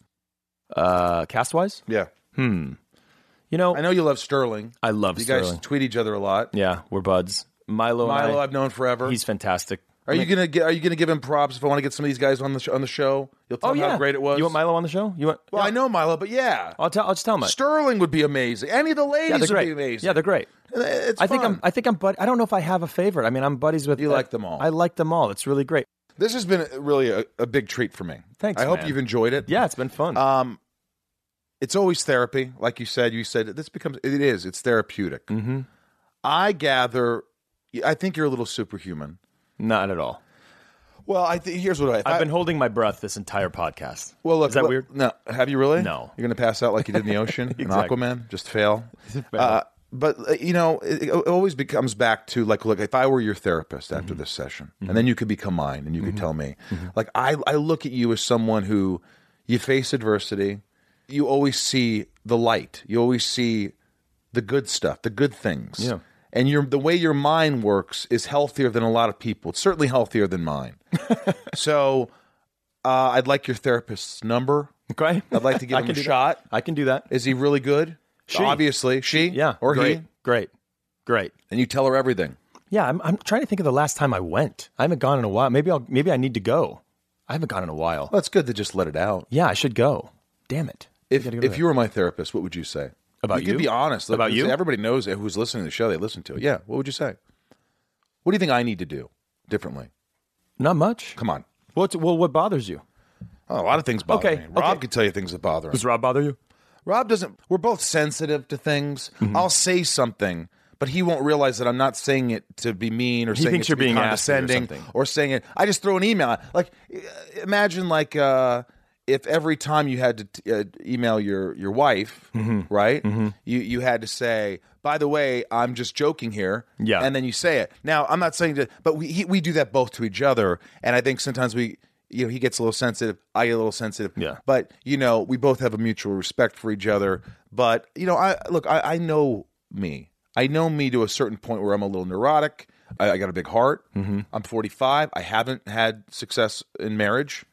S4: uh, cast wise.
S1: Yeah,
S4: You know,
S1: I know you love Sterling.
S4: I love
S1: you
S4: Sterling.
S1: guys tweet each other a lot.
S4: yeah, we're buds. Milo, and
S1: Milo,
S4: I,
S1: I've known forever.
S4: he's fantastic.
S1: are you gonna get? Are you gonna give him props if I want to get some of these guys on the sh- on the show? You'll tell
S4: Oh
S1: him
S4: yeah,
S1: how great it was.
S4: You want Milo on the show? You want?
S1: Well,
S4: yeah.
S1: I know Milo, but yeah,
S4: I'll tell. I'll just tell him. it.
S1: Sterling would be amazing. Any of the ladies
S4: yeah, they're
S1: would
S4: great.
S1: be amazing.
S4: Yeah, they're great.
S1: It's
S4: I think
S1: fun.
S4: I'm. I think I'm. Bud- I don't know if I have a favorite. I mean, I'm buddies with.
S1: You like them all.
S4: I like them all. It's really great.
S1: This has been really a, a big treat for me.
S4: Thanks,
S1: I hope
S4: man.
S1: you've enjoyed it.
S4: Yeah, it's been fun.
S1: Um, it's always therapy, like you said. You said this becomes it is. It's therapeutic.
S4: Mhm.
S1: I gather. I think you're a little superhuman.
S4: Not at all.
S1: Well, I think here's what I,
S4: I've been holding my breath this entire podcast.
S1: Well, look,
S4: is that
S1: what-
S4: weird?
S1: No, have you really?
S4: No.
S1: You're going to pass out like you did in the ocean in
S4: Exactly.
S1: Aquaman, just fail. Uh, but uh, you know, it, it always becomes back to like, look, if I were your therapist after
S4: Mm-hmm.
S1: this session, and then you could become mine, and you could tell me, like, I, I look at you as someone who you face adversity, you always see the light, you always see the good stuff, the good things.
S4: Yeah.
S1: And your the way your mind works is healthier than a lot of people. It's certainly healthier than mine. so uh, I'd like your therapist's number.
S4: Okay.
S1: I'd like to give
S4: I
S1: him
S4: can
S1: a
S4: do that.
S1: shot.
S4: I can do that.
S1: Is he really good?
S4: She.
S1: Obviously, she.
S4: Yeah.
S1: or
S4: great.
S1: he.
S4: Great. Great.
S1: And you tell her everything.
S4: Yeah, I'm, I'm trying to think of the last time I went. I haven't gone in a while. Maybe I'll maybe I need to go. I haven't gone in a while.
S1: Well, it's good to just let it out.
S4: Yeah, I should go. Damn it.
S1: If
S4: gotta go
S1: if
S4: there.
S1: you were my therapist, what would you say
S4: About
S1: You could
S4: you?
S1: be honest
S4: About you?
S1: Everybody knows it, who's listening to the show. They listen to it. Yeah. What would you say? What do you think I need to do differently?
S4: Not much.
S1: Come on.
S4: What's well what bothers you?
S1: Oh, a lot of things bother
S4: Okay,
S1: me. Rob
S4: okay.
S1: could tell you things that bother him.
S4: Does Rob bother you?
S1: Rob doesn't. We're both sensitive to things.
S4: Mm-hmm.
S1: I'll say something, but he won't realize that I'm not saying it to be mean or saying
S4: thinks
S1: it to
S4: you're
S1: be
S4: being nasty or
S1: condescending
S4: something.
S1: saying it. I just throw an email. out. Like, uh, imagine like uh, if every time you had to t- uh, email your your wife,
S4: Mm-hmm.
S1: right? You you had to say. By the way, I'm just joking here.
S4: Yeah.
S1: And then you say it. Now, I'm not saying that, but we, he, we do that both to each other. And I think sometimes we, you know, he gets a little sensitive. I get a little sensitive.
S4: Yeah.
S1: But you know, we both have a mutual respect for each other. But you know, I look, I, I know me. I know me to a certain point where I'm a little neurotic. I, I got a big heart.
S4: Mm-hmm.
S1: I'm 45. I haven't had success in marriage.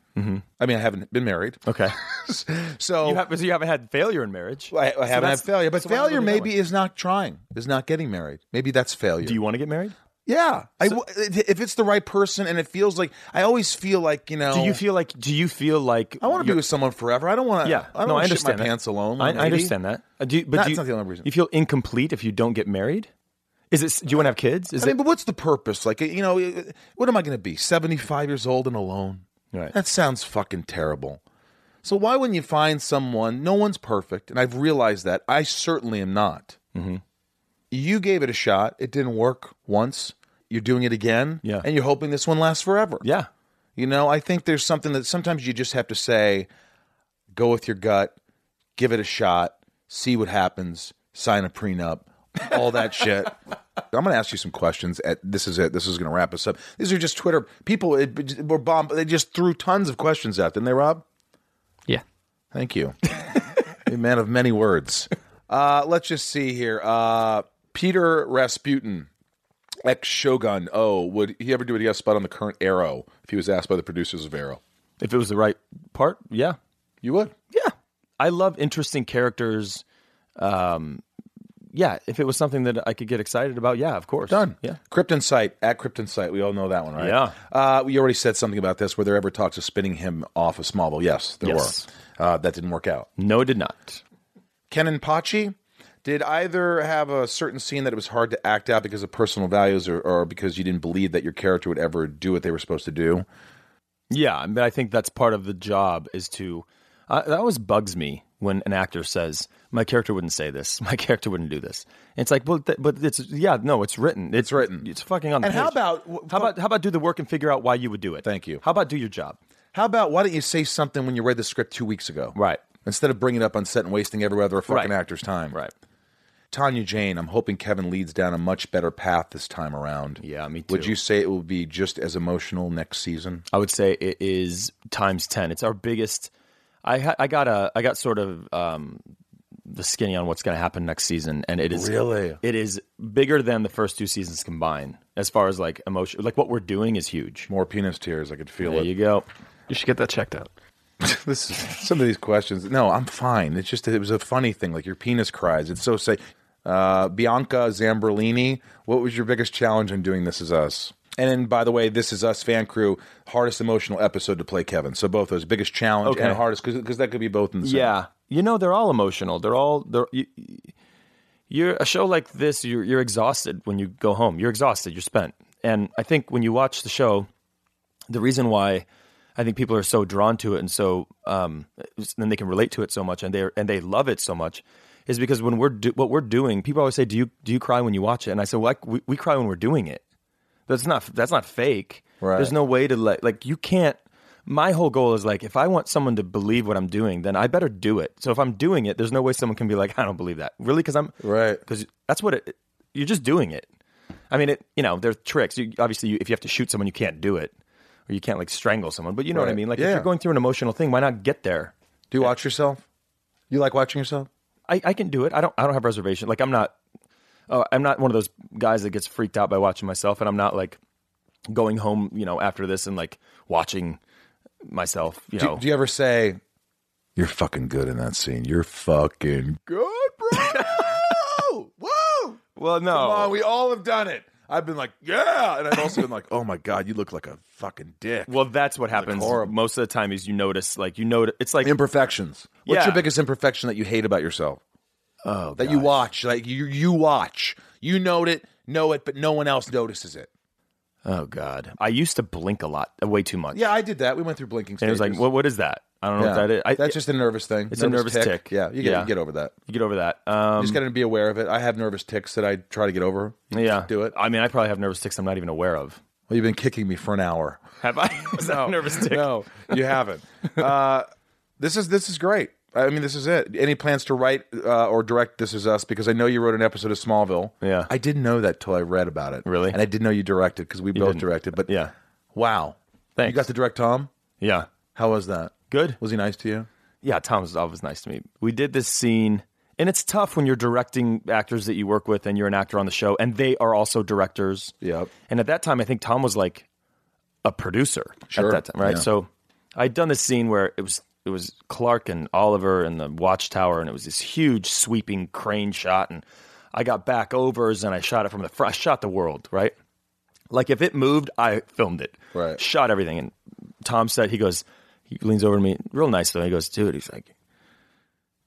S1: I mean, I haven't been married.
S4: Okay.
S1: So
S4: Mm-hmm. you, have, so you haven't had failure in marriage.
S1: I, I haven't had
S4: that's-
S1: failure. But
S4: so why don't we
S1: failure
S4: do that
S1: maybe is not trying, is not getting married. Maybe that's failure.
S4: Do you want to get married?
S1: yeah. I w if it's the right person and it feels like, I always feel like, you know.
S4: Do you feel like do you feel like
S1: I want to be with someone forever. I don't want to.
S4: yeah,
S1: I don't
S4: no, I
S1: wanna shit
S4: understand
S1: my
S4: that.
S1: pants alone.
S4: I,
S1: lady.
S4: I understand that. Uh, Do you, but
S1: That's
S4: do you,
S1: not the only reason.
S4: You feel incomplete if you don't get married. Is it? Do you want to have kids? Is
S1: I mean, but what's the purpose? Like, you know, what am I going to be? 75 years old and alone?
S4: it? Right.
S1: That sounds fucking terrible. So why wouldn't you find someone? No one's perfect, and I've realized that. I certainly am not.
S4: Mm-hmm.
S1: You gave it a shot. It didn't work once. You're doing it again,
S4: Yeah.
S1: and you're hoping this one lasts forever.
S4: Yeah.
S1: You know, I think there's something that sometimes you just have to say, go with your gut, give it a shot, see what happens, sign a prenup, all that shit. I'm going to ask you some questions. At this is it. This is going to wrap us up. These are just Twitter people. It, were bomb. They just threw tons of questions out, didn't they, Rob?
S2: Yeah.
S1: Thank you. a man of many words. Uh, let's just see here. Uh, Peter Rasputin, ex Shogun. Oh, would he ever do a guest spot on the current Arrow if he was asked by the producers of Arrow?
S4: If it was the right part, yeah,
S1: You would.
S4: yeah. I love interesting characters. Um, yeah. If it was something that I could get excited about, yeah, of course.
S1: Done.
S4: Yeah.
S1: Krypton site at Krypton site. We all know that one, right?
S4: Yeah.
S1: Uh, we already said something about this. Were there ever talks of spinning him off of Smallville? Yes, there
S4: Yes.
S1: were. Uh, that didn't work out.
S4: No, it did not.
S1: Kenan Pachi. Did either have a certain scene that it was hard to act out because of personal values or, or because you didn't believe that your character would ever do what they were supposed to do?
S4: Yeah, I mean, I think that's part of the job is to. Uh, that always bugs me when an actor says, "My character wouldn't say this. My character wouldn't do this." And it's like, well, th- but it's yeah, no, it's written. It's,
S1: written.
S4: It's fucking on. The
S1: And how
S4: page.
S1: about-
S4: how about how about do the work and figure out why you would do it?
S1: Thank you.
S4: How about do your job?
S1: How about why don't you say something when you read the script two weeks ago?
S4: Right.
S1: Instead of bringing it up on set and wasting every other fucking
S4: Right.
S1: actor's time. Tanya Jane, I'm hoping Kevin leads down a much better path this time around.
S4: Yeah, me
S1: Would
S4: too.
S1: you say it will be just as emotional next season?
S4: I would say it is times ten. It's our biggest. I ha- I got a I got sort of um, the skinny on what's going to happen next season, and it is
S1: Really?
S4: it is bigger than the first two seasons combined. As far as like emotion, like what we're doing is huge.
S1: More penis tears. I could feel
S4: There
S1: it.
S4: you go.
S2: You should get that checked out.
S1: this some of these questions. No, I'm fine. It's just it was a funny thing. Like your penis cries. It's so say. Uh, Bianca Zamberlini, what was your biggest challenge in doing This Is Us? And then, by the way, This Is Us fan crew hardest emotional episode to play Kevin. So both those biggest challenge
S4: Okay.
S1: and hardest because that could be both in the same.
S4: Yeah, you know they're all emotional. They're all they're. You, you're a show like this. You're you're exhausted when you go home. You're exhausted. You're spent. And I think when you watch the show, the reason why I think people are so drawn to it and so um, then they can relate to it so much and they and they love it so much is because when we're do, what we're doing, people always say, "Do you do you cry when you watch it?" And I say, "Well, I, we, we cry when we're doing it." That's not that's not fake.
S1: Right.
S4: There's no way to let like you can't. My whole goal is like if I want someone to believe what I'm doing, then I better do it. So if I'm doing it, there's no way someone can be like, I don't believe that really because I'm
S1: Right.
S4: because that's what it, you're just doing it. I mean, it you know there are tricks. You, obviously, you, if you have to shoot someone, you can't do it or you can't like strangle someone. But you know what I
S1: Right.
S4: mean. Like
S1: Yeah.
S4: if you're going through an emotional thing, why not get there?
S1: Do you watch yourself? You like watching yourself?
S4: I, I can do it. I don't I don't have reservation. Like I'm not uh, I'm not one of those guys that gets freaked out by watching myself and I'm not like going home, you know, after this and like watching myself, you
S1: Do,
S4: know.
S1: do you ever say, "You're fucking good in that scene. You're fucking good, bro"? Whoa!
S4: well, no.
S1: Come on, we all have done it. I've been like, yeah, and I've also been like, oh my god, you look like a fucking dick.
S4: well, that's what happens
S1: horrible.
S4: most of the time is you notice like you notice it's like
S1: imperfections. What's
S4: Yeah.
S1: your biggest imperfection that you hate about yourself? Oh, that you watch, like you you watch, you note it, know it, but no one else notices it.
S4: oh god. I used to blink a lot, way too much.
S1: Yeah, I did that. We went through blinking.
S4: And it was like,
S1: stages.
S4: what what is that? I don't know
S1: Yeah.
S4: what that is. I,
S1: That's just a nervous thing.
S4: It's a nervous tick.
S1: Yeah, you get,
S4: Yeah.
S1: you get over that.
S4: you get over that.
S1: You
S4: Um
S1: just got to be aware of it. I have nervous ticks that I try to get over. You
S4: yeah.
S1: just do it.
S4: I mean, I probably have nervous ticks I'm not even aware of.
S1: Well, you've been kicking me for an hour.
S4: Have I? Was that a nervous tick?
S1: No, you haven't. Uh, this is this is great. I mean, this is it. Any plans to write uh, or direct This Is Us? Because I know you wrote an episode of Smallville.
S4: Yeah.
S1: I didn't know that till I read about it.
S4: Really?
S1: and I didn't know you directed because we both
S4: didn't.
S1: directed. But
S4: Yeah.
S1: wow,
S4: Thanks.
S1: you got to direct Tom.
S4: Yeah.
S1: How was that?
S4: Good.
S1: Was he nice to you?
S4: yeah, Tom's always nice to me. We did this scene, and it's tough when you're directing actors that you work with, and you're an actor on the show, and they are also directors.
S1: Yep.
S4: And at that time, I think Tom was like a producer
S1: Sure.
S4: at that time, right?
S1: Yeah.
S4: So I'd done this scene where it was it was Clark and Oliver and the watchtower, and it was this huge sweeping crane shot, and I got back overs and I shot it from the front. I shot the world, right? Like if it moved, I filmed it.
S1: Right.
S4: Shot everything. And Tom said, he goes, he leans over to me, real nice though. He goes, dude, he's like,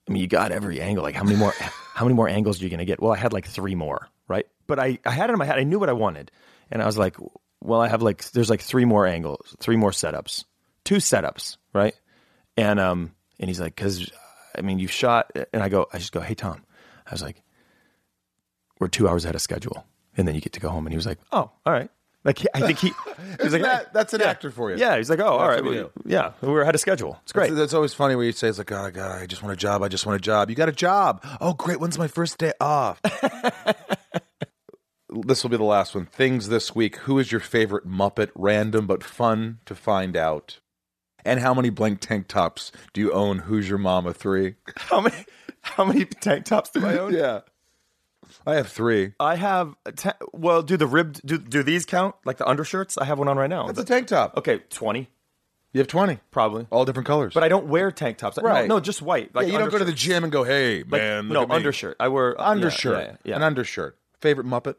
S4: I mean, you got every angle. Like how many more, how many more angles are you going to get? Well, I had like three more, right? But I, I had it in my head. I knew what I wanted. And I was like, well, I have like, there's like three more angles, three more setups, two setups, right? And, um, and he's like, cause I mean, you shot, and I go, I just go, hey, Tom, I was like, we're two hours ahead of schedule. And then you get to go home. And he was like, oh, all right. Like, he- I think he, he was like,
S1: that- that's an
S4: yeah.
S1: actor for you.
S4: Yeah. He's like, oh, all right.
S1: what we
S4: well, yeah. We were ahead of schedule. It's great.
S1: That's, that's always funny when you say it's like, oh god, I just want a job. I just want a job. You got a job. Oh great, when's my first day off? this will be the last one. Things this week. Who is your favorite Muppet? Random but fun to find out. And how many blank tank tops do you own? Who's your mama? Three.
S4: How many, how many tank tops do I own?
S1: yeah, I have three.
S4: I have a ta- well. Do the ribbed do do these count like the undershirts? I have one on right now.
S1: That's a tank top.
S4: okay, twenty
S1: You have twenty,
S4: probably.
S1: all different colors.
S4: But I don't wear tank tops. No,
S1: Right.
S4: No, just white. Like
S1: yeah, you don't go to the
S4: undershirt.
S1: gym and go, hey
S4: Like,
S1: man, look
S4: no
S1: at me."
S4: undershirt. I wear yeah,
S1: undershirt,
S4: yeah, yeah.
S1: an undershirt. Favorite Muppet?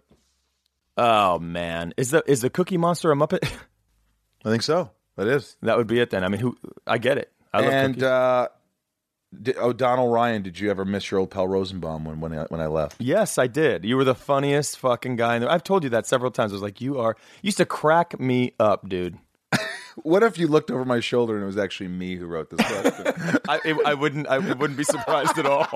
S4: oh man, is the is the Cookie Monster a Muppet?
S1: I think so. That is.
S4: that would be it then. I mean, who? I get it. I love
S1: and
S4: cookies.
S1: uh, di- oh, Donald Ryan, did you ever miss your old pal Rosenbaum when when I, when I left?
S4: Yes, I did. You were the funniest fucking guy in there. I've told you that several times. I was like, you are. You used to crack me up, dude.
S1: What if you looked over my shoulder and it was actually me who wrote this question?
S4: I, it, I wouldn't. I wouldn't be surprised at all.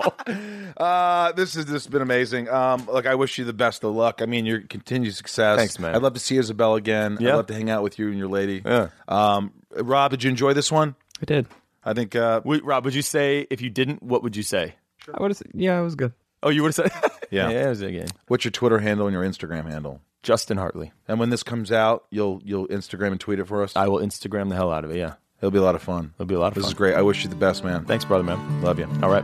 S1: uh, this has just been amazing. Um, look, I wish you the best of luck. I mean, your continued success.
S4: Thanks, man.
S1: I'd love to see Isabel again.
S4: Yeah.
S1: I'd love to hang out with you and your lady.
S4: Yeah.
S1: Um, Rob, did you enjoy this one?
S2: I did.
S1: I think uh,
S4: Would- Rob, would you say if you didn't? What would you say?
S2: I would. Yeah, it was good.
S4: Oh, you would have said,
S1: Yeah.
S4: yeah, it was a game.
S1: what's your Twitter handle and your Instagram handle?
S4: Justin Hartley.
S1: And when this comes out, you'll you'll Instagram and tweet it for us.
S4: I will Instagram the hell out of it. Yeah,
S1: It'll be a lot of fun.
S4: it'll be a lot of
S1: This
S4: fun.
S1: is great. I wish you the best, man.
S4: Thanks, brother, man.
S1: Love you.
S4: All right.